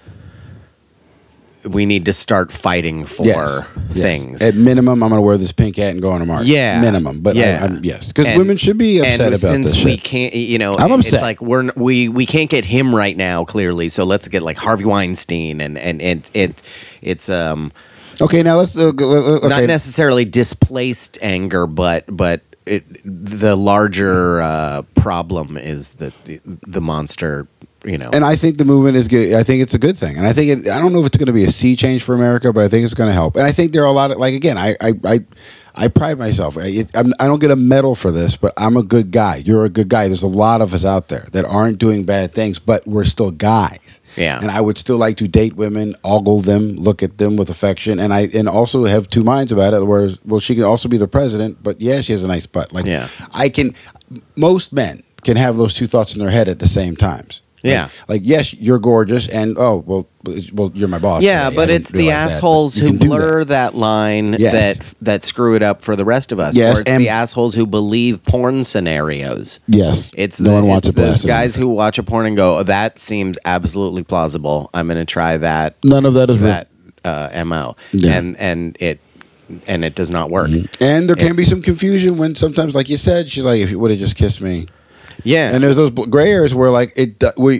[SPEAKER 2] we need to start fighting for
[SPEAKER 1] Yes, yes.
[SPEAKER 2] things.
[SPEAKER 1] At minimum, I'm going to wear this pink hat and go on a march.
[SPEAKER 2] Yeah.
[SPEAKER 1] minimum, but
[SPEAKER 2] Yeah.
[SPEAKER 1] I, I'm, yes, because
[SPEAKER 2] And-
[SPEAKER 1] women should be upset
[SPEAKER 2] and
[SPEAKER 1] about
[SPEAKER 2] since
[SPEAKER 1] this
[SPEAKER 2] we
[SPEAKER 1] shit.
[SPEAKER 2] can't you know
[SPEAKER 1] I'm
[SPEAKER 2] it's
[SPEAKER 1] upset.
[SPEAKER 2] like we're n- we we can't get him right now clearly so let's get like harvey weinstein and and it it it's um
[SPEAKER 1] Okay, now let's. Uh, go- uh, okay.
[SPEAKER 2] not necessarily displaced anger but but it, the larger uh, problem is that the, the monster you know
[SPEAKER 1] and I think the movement is good. I think it's a good thing, and I think it, I don't know if it's going to be a sea change for America, but I think it's going to help. And I think there are a lot of like again, I I I, I pride myself. I, it, I'm, I don't get a medal for this, but I'm a good guy. You're a good guy. There's a lot of us out there that aren't doing bad things, but we're still guys.
[SPEAKER 2] Yeah.
[SPEAKER 1] and I would still like to date women, ogle them, look at them with affection, and I and also have two minds about it. Whereas, well, she can also be the president, but yeah, she has a nice butt. Like,
[SPEAKER 2] Yeah.
[SPEAKER 1] I can. Most men can have those two thoughts in their head at the same times.
[SPEAKER 2] Yeah.
[SPEAKER 1] Like, like, yes, you're gorgeous, and oh well, well, you're my boss.
[SPEAKER 2] yeah,
[SPEAKER 1] today. I
[SPEAKER 2] but
[SPEAKER 1] didn't
[SPEAKER 2] it's the
[SPEAKER 1] realize that,
[SPEAKER 2] assholes
[SPEAKER 1] but you
[SPEAKER 2] who
[SPEAKER 1] can do that.
[SPEAKER 2] blur that, line
[SPEAKER 1] Yes.
[SPEAKER 2] that that screw it up for the rest of us.
[SPEAKER 1] Yes,
[SPEAKER 2] or it's
[SPEAKER 1] and-
[SPEAKER 2] the assholes who believe porn scenarios.
[SPEAKER 1] Yes,
[SPEAKER 2] It's
[SPEAKER 1] no
[SPEAKER 2] the,
[SPEAKER 1] one wants
[SPEAKER 2] it's
[SPEAKER 1] a
[SPEAKER 2] those
[SPEAKER 1] blast.
[SPEAKER 2] guys who watch a porn and go, oh, "That seems absolutely plausible. I'm going to try that
[SPEAKER 1] None of that is real.
[SPEAKER 2] that uh, mo."
[SPEAKER 1] Mm-hmm. Yeah. Mm-hmm.
[SPEAKER 2] And and it and it does not work.
[SPEAKER 1] And there can be
[SPEAKER 2] It's-
[SPEAKER 1] some confusion when sometimes, like you said, she's like, "If you would have just kissed me,"
[SPEAKER 2] Yeah,
[SPEAKER 1] and there's those bl- gray areas where like it do- we,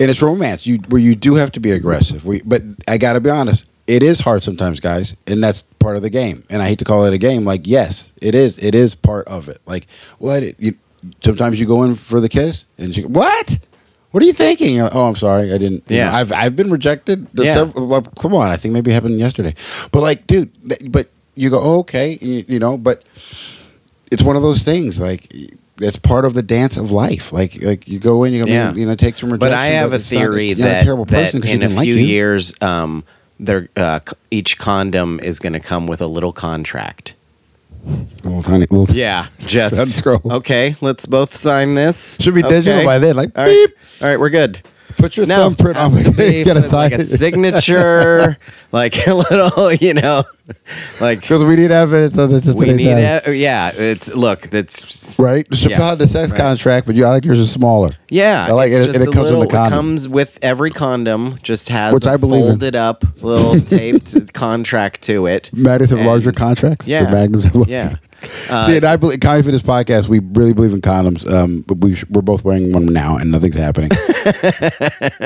[SPEAKER 1] and it's romance. You where you do have to be aggressive. We, but I gotta be honest, it is hard sometimes, guys, and that's part of the game. And I hate to call it a game. Like yes, it is. It is part of it. Like what you. Sometimes you go in for the kiss, and she what? What are you thinking? You're like, Oh, I'm sorry, I didn't. you
[SPEAKER 2] Yeah.
[SPEAKER 1] know, I've I've been rejected. The
[SPEAKER 2] Yeah.
[SPEAKER 1] sev- well, come on, I think maybe it happened yesterday. But like, dude, th- but you go oh, okay, you, you know, but it's one of those things like it's part of the dance of life. Like like you go in, you go,
[SPEAKER 2] Yeah.
[SPEAKER 1] you know, take some rejection.
[SPEAKER 2] but I have a
[SPEAKER 1] it's not-
[SPEAKER 2] theory
[SPEAKER 1] it's- you're not
[SPEAKER 2] that,
[SPEAKER 1] a terrible
[SPEAKER 2] that
[SPEAKER 1] person 'cause she
[SPEAKER 2] in a
[SPEAKER 1] didn't like
[SPEAKER 2] few
[SPEAKER 1] you.
[SPEAKER 2] years, um, they're, uh, c- each condom is going to come with a little contract.
[SPEAKER 1] A little tiny, little
[SPEAKER 2] Yeah, just
[SPEAKER 1] Side scroll.
[SPEAKER 2] Okay, let's both sign this.
[SPEAKER 1] Should be digital
[SPEAKER 2] Okay.
[SPEAKER 1] by then, like
[SPEAKER 2] All right.
[SPEAKER 1] beep.
[SPEAKER 2] All right, we're good.
[SPEAKER 1] Put your
[SPEAKER 2] No,
[SPEAKER 1] thumbprint on
[SPEAKER 2] has to
[SPEAKER 1] it.
[SPEAKER 2] be
[SPEAKER 1] Get a
[SPEAKER 2] with, like a
[SPEAKER 1] sign.
[SPEAKER 2] signature, like a little, you know, like
[SPEAKER 1] Because we need evidence of this.
[SPEAKER 2] we need it. Yeah, it's look, that's
[SPEAKER 1] Right? Chappelle
[SPEAKER 2] Yeah.
[SPEAKER 1] had the sex
[SPEAKER 2] Right.
[SPEAKER 1] contract, but you, I like yours is smaller.
[SPEAKER 2] yeah.
[SPEAKER 1] I like
[SPEAKER 2] it's
[SPEAKER 1] it. And it
[SPEAKER 2] a
[SPEAKER 1] comes in the condom.
[SPEAKER 2] comes with every condom. Just has
[SPEAKER 1] Which
[SPEAKER 2] a
[SPEAKER 1] I believe in.
[SPEAKER 2] folded up little taped contract to it.
[SPEAKER 1] Magnums have
[SPEAKER 2] And-
[SPEAKER 1] larger contracts.
[SPEAKER 2] yeah.
[SPEAKER 1] The Magnums have larger.
[SPEAKER 2] Yeah. Uh,
[SPEAKER 1] See, and I believe, Comedy Fitness podcast, we really believe in condoms. Um, but we sh- we're both wearing one now, and nothing's happening.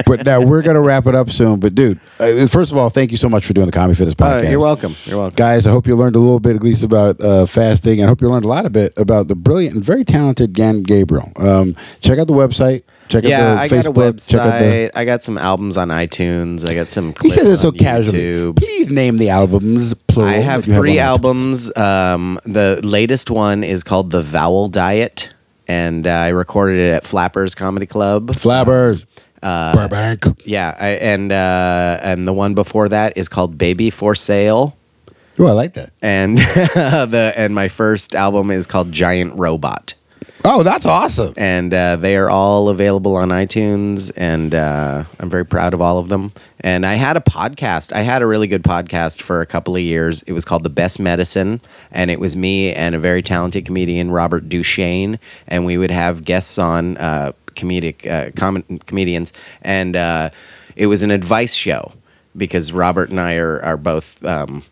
[SPEAKER 1] but now we're gonna wrap it up soon. But dude, uh, first of all, thank you so much for doing the Comedy Fitness
[SPEAKER 2] Uh,
[SPEAKER 1] podcast.
[SPEAKER 2] you're welcome. You're welcome.
[SPEAKER 1] Guys, I hope you learned a little bit at least about uh, fasting, and I hope you learned a lot a bit about the brilliant and very talented Gan Gabriel. Um, check out the website. Check
[SPEAKER 2] yeah,
[SPEAKER 1] out the
[SPEAKER 2] I
[SPEAKER 1] Facebook.
[SPEAKER 2] got a
[SPEAKER 1] Check out the,
[SPEAKER 2] website. I got some albums on iTunes. I got some.
[SPEAKER 1] he
[SPEAKER 2] Clips
[SPEAKER 1] says it so
[SPEAKER 2] on
[SPEAKER 1] casually.
[SPEAKER 2] YouTube.
[SPEAKER 1] Please name the albums. Plural.
[SPEAKER 2] I have
[SPEAKER 1] if you
[SPEAKER 2] three
[SPEAKER 1] one.
[SPEAKER 2] albums. Um, the latest one is called The Vowel Diet, and uh, I recorded it at Flappers Comedy Club.
[SPEAKER 1] Flabbers. Uh, Burbank.
[SPEAKER 2] Yeah, I, and uh, and the one before that is called Baby for Sale,
[SPEAKER 1] Oh, I like that.
[SPEAKER 2] and the and my first album is called Giant Robot,
[SPEAKER 1] Oh, that's awesome.
[SPEAKER 2] and uh, they are all available on iTunes, and uh, I'm very proud of all of them. And I had a podcast. I had a really good podcast for a couple of years. It was called The Best Medicine, and it was me and a very talented comedian, Robert Duchaine, and we would have guests on uh, comedic uh, com- comedians, and uh, it was an advice show because Robert and I are are both. Um,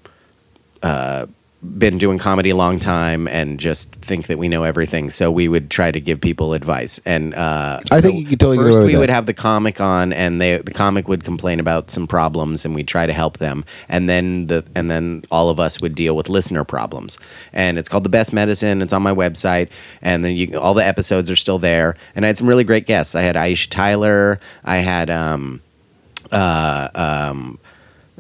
[SPEAKER 2] been doing comedy a long time and just think that we know everything. So we would try to give people advice. And uh,
[SPEAKER 1] I think
[SPEAKER 2] so
[SPEAKER 1] you could totally get
[SPEAKER 2] first
[SPEAKER 1] away with
[SPEAKER 2] we would
[SPEAKER 1] that.
[SPEAKER 2] have the comic on, and they the comic would complain about some problems, and we'd try to help them. And then the and then all of us would deal with listener problems. And it's called the best medicine. It's on my website, and then you all the episodes are still there. And I had some really great guests. I had Aisha Tyler. I had. Um,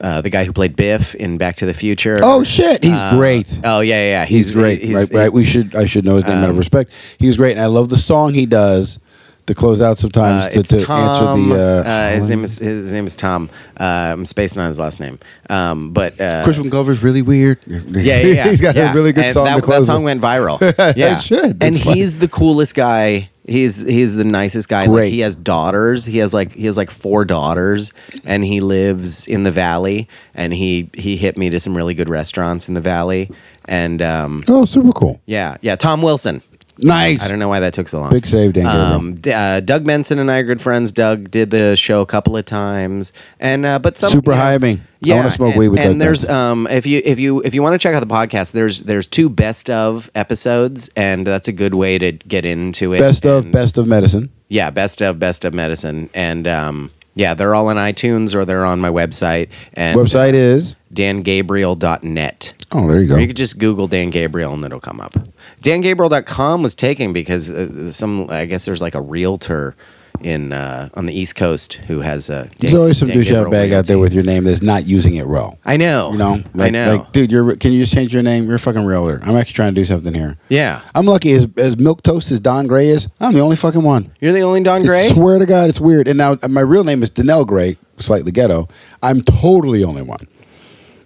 [SPEAKER 2] uh, the guy who played Biff in Back to the Future.
[SPEAKER 1] Oh shit, he's great.
[SPEAKER 2] Oh yeah, yeah, yeah.
[SPEAKER 1] He's, great.
[SPEAKER 2] he's- Um,
[SPEAKER 1] right, right. We should. I should know his name out of respect. He was great, and I love the song he does to close out sometimes
[SPEAKER 2] Uh,
[SPEAKER 1] to,
[SPEAKER 2] it's
[SPEAKER 1] to
[SPEAKER 2] Tom.
[SPEAKER 1] answer the.
[SPEAKER 2] uh,
[SPEAKER 1] Uh,
[SPEAKER 2] his name is his name is Tom. Uh, I'm spacing on his last name, um, but uh,
[SPEAKER 1] Christian Glover's really weird.
[SPEAKER 2] yeah, yeah, yeah,
[SPEAKER 1] he's got
[SPEAKER 2] yeah.
[SPEAKER 1] a really good
[SPEAKER 2] And
[SPEAKER 1] song
[SPEAKER 2] That,
[SPEAKER 1] to
[SPEAKER 2] that
[SPEAKER 1] close.
[SPEAKER 2] song
[SPEAKER 1] with.
[SPEAKER 2] went viral. Yeah,
[SPEAKER 1] should.
[SPEAKER 2] and
[SPEAKER 1] That's funny.
[SPEAKER 2] he's the coolest guy. He's he's the nicest guy.
[SPEAKER 1] Great.
[SPEAKER 2] Like he has daughters. He has like he has like four daughters, and he lives in the valley. And he he hit me to some really good restaurants in the valley. And um,
[SPEAKER 1] Oh, super cool.
[SPEAKER 2] yeah, yeah. Tom Wilson.
[SPEAKER 1] Nice.
[SPEAKER 2] I don't know why that took so long.
[SPEAKER 1] Big save, Dan. Gabriel.
[SPEAKER 2] Um, D- uh, Doug Benson and I are good friends. Doug did the show a couple of times, and uh, but some
[SPEAKER 1] Super
[SPEAKER 2] you know,
[SPEAKER 1] high me.
[SPEAKER 2] Yeah,
[SPEAKER 1] I want to smoke
[SPEAKER 2] and,
[SPEAKER 1] weed with Doug
[SPEAKER 2] and there's
[SPEAKER 1] Benson.
[SPEAKER 2] um, if you if you if you want to check out the podcast, there's there's two best of episodes, and that's a good way to get into it.
[SPEAKER 1] best of
[SPEAKER 2] And-
[SPEAKER 1] best of medicine.
[SPEAKER 2] yeah, best of best of medicine, and um, yeah, they're all on iTunes or they're on my website and
[SPEAKER 1] Website is.
[SPEAKER 2] dangabriel.net.
[SPEAKER 1] Oh, there you go.
[SPEAKER 2] Or you could just Google Dan Gabriel and it'll come up. DanGabriel.com was taken because uh, some, I guess there's like a realtor in uh, on the East Coast who has a. Dan,
[SPEAKER 1] There's always some
[SPEAKER 2] Dan Gabriel
[SPEAKER 1] douchebag bag out there
[SPEAKER 2] Realty.
[SPEAKER 1] with your name that's not using it well.
[SPEAKER 2] I know.
[SPEAKER 1] You know,
[SPEAKER 2] I know.
[SPEAKER 1] Like, dude, you're. Can you just change your name? You're a fucking realtor. I'm actually trying to do something here.
[SPEAKER 2] yeah,
[SPEAKER 1] I'm lucky as as milk toast as Don Gray is. I'm the only fucking one.
[SPEAKER 2] you're the only Don
[SPEAKER 1] It's-
[SPEAKER 2] Gray.
[SPEAKER 1] Swear to God, it's weird. And now my real name is Danelle Gray, slightly ghetto. I'm totally only one.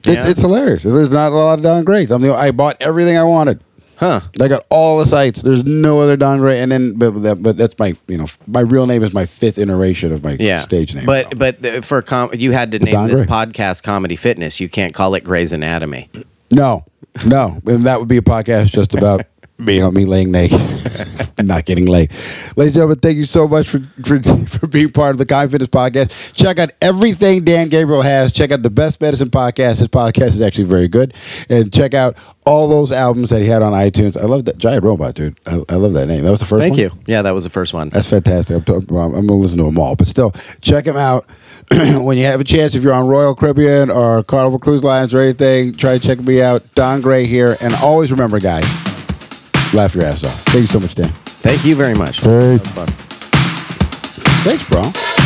[SPEAKER 1] It's,
[SPEAKER 2] Yeah.
[SPEAKER 1] it's hilarious. There's not a lot of Don Grays. I'm the. I bought everything I wanted.
[SPEAKER 2] huh?
[SPEAKER 1] I got all the sites. There's no other Don Gray. And then, but, that, but that's my. You know, my real name is my fifth iteration of my
[SPEAKER 2] Yeah.
[SPEAKER 1] stage name.
[SPEAKER 2] But but the, for com- you had to name
[SPEAKER 1] Don
[SPEAKER 2] this
[SPEAKER 1] Gray.
[SPEAKER 2] podcast Comedy Fitness. You can't call it Grey's Anatomy.
[SPEAKER 1] No, no, and that would be a podcast just about you know me laying naked, not getting laid. Ladies and gentlemen, thank you so much for for, for being part of the Kind Fitness podcast. Check out everything Dan Gabriel has. Check out the Best Medicine podcast. His podcast is actually very good, and check out all those albums that he had on iTunes. I love that Giant Robot, dude. I, I love that name. That was the first.
[SPEAKER 2] Thank
[SPEAKER 1] one?
[SPEAKER 2] you. Yeah, that was the first one.
[SPEAKER 1] That's fantastic. I'm, t- I'm going to listen to them all, but still, check them out when you have a chance. If you're on Royal Caribbean or Carnival Cruise Lines or anything, try to check me out. Don Gray here, and always remember, guys, laugh your ass off. Thank you so much, Dan.
[SPEAKER 2] Thank you very much. That's fun.
[SPEAKER 1] Thanks, bro.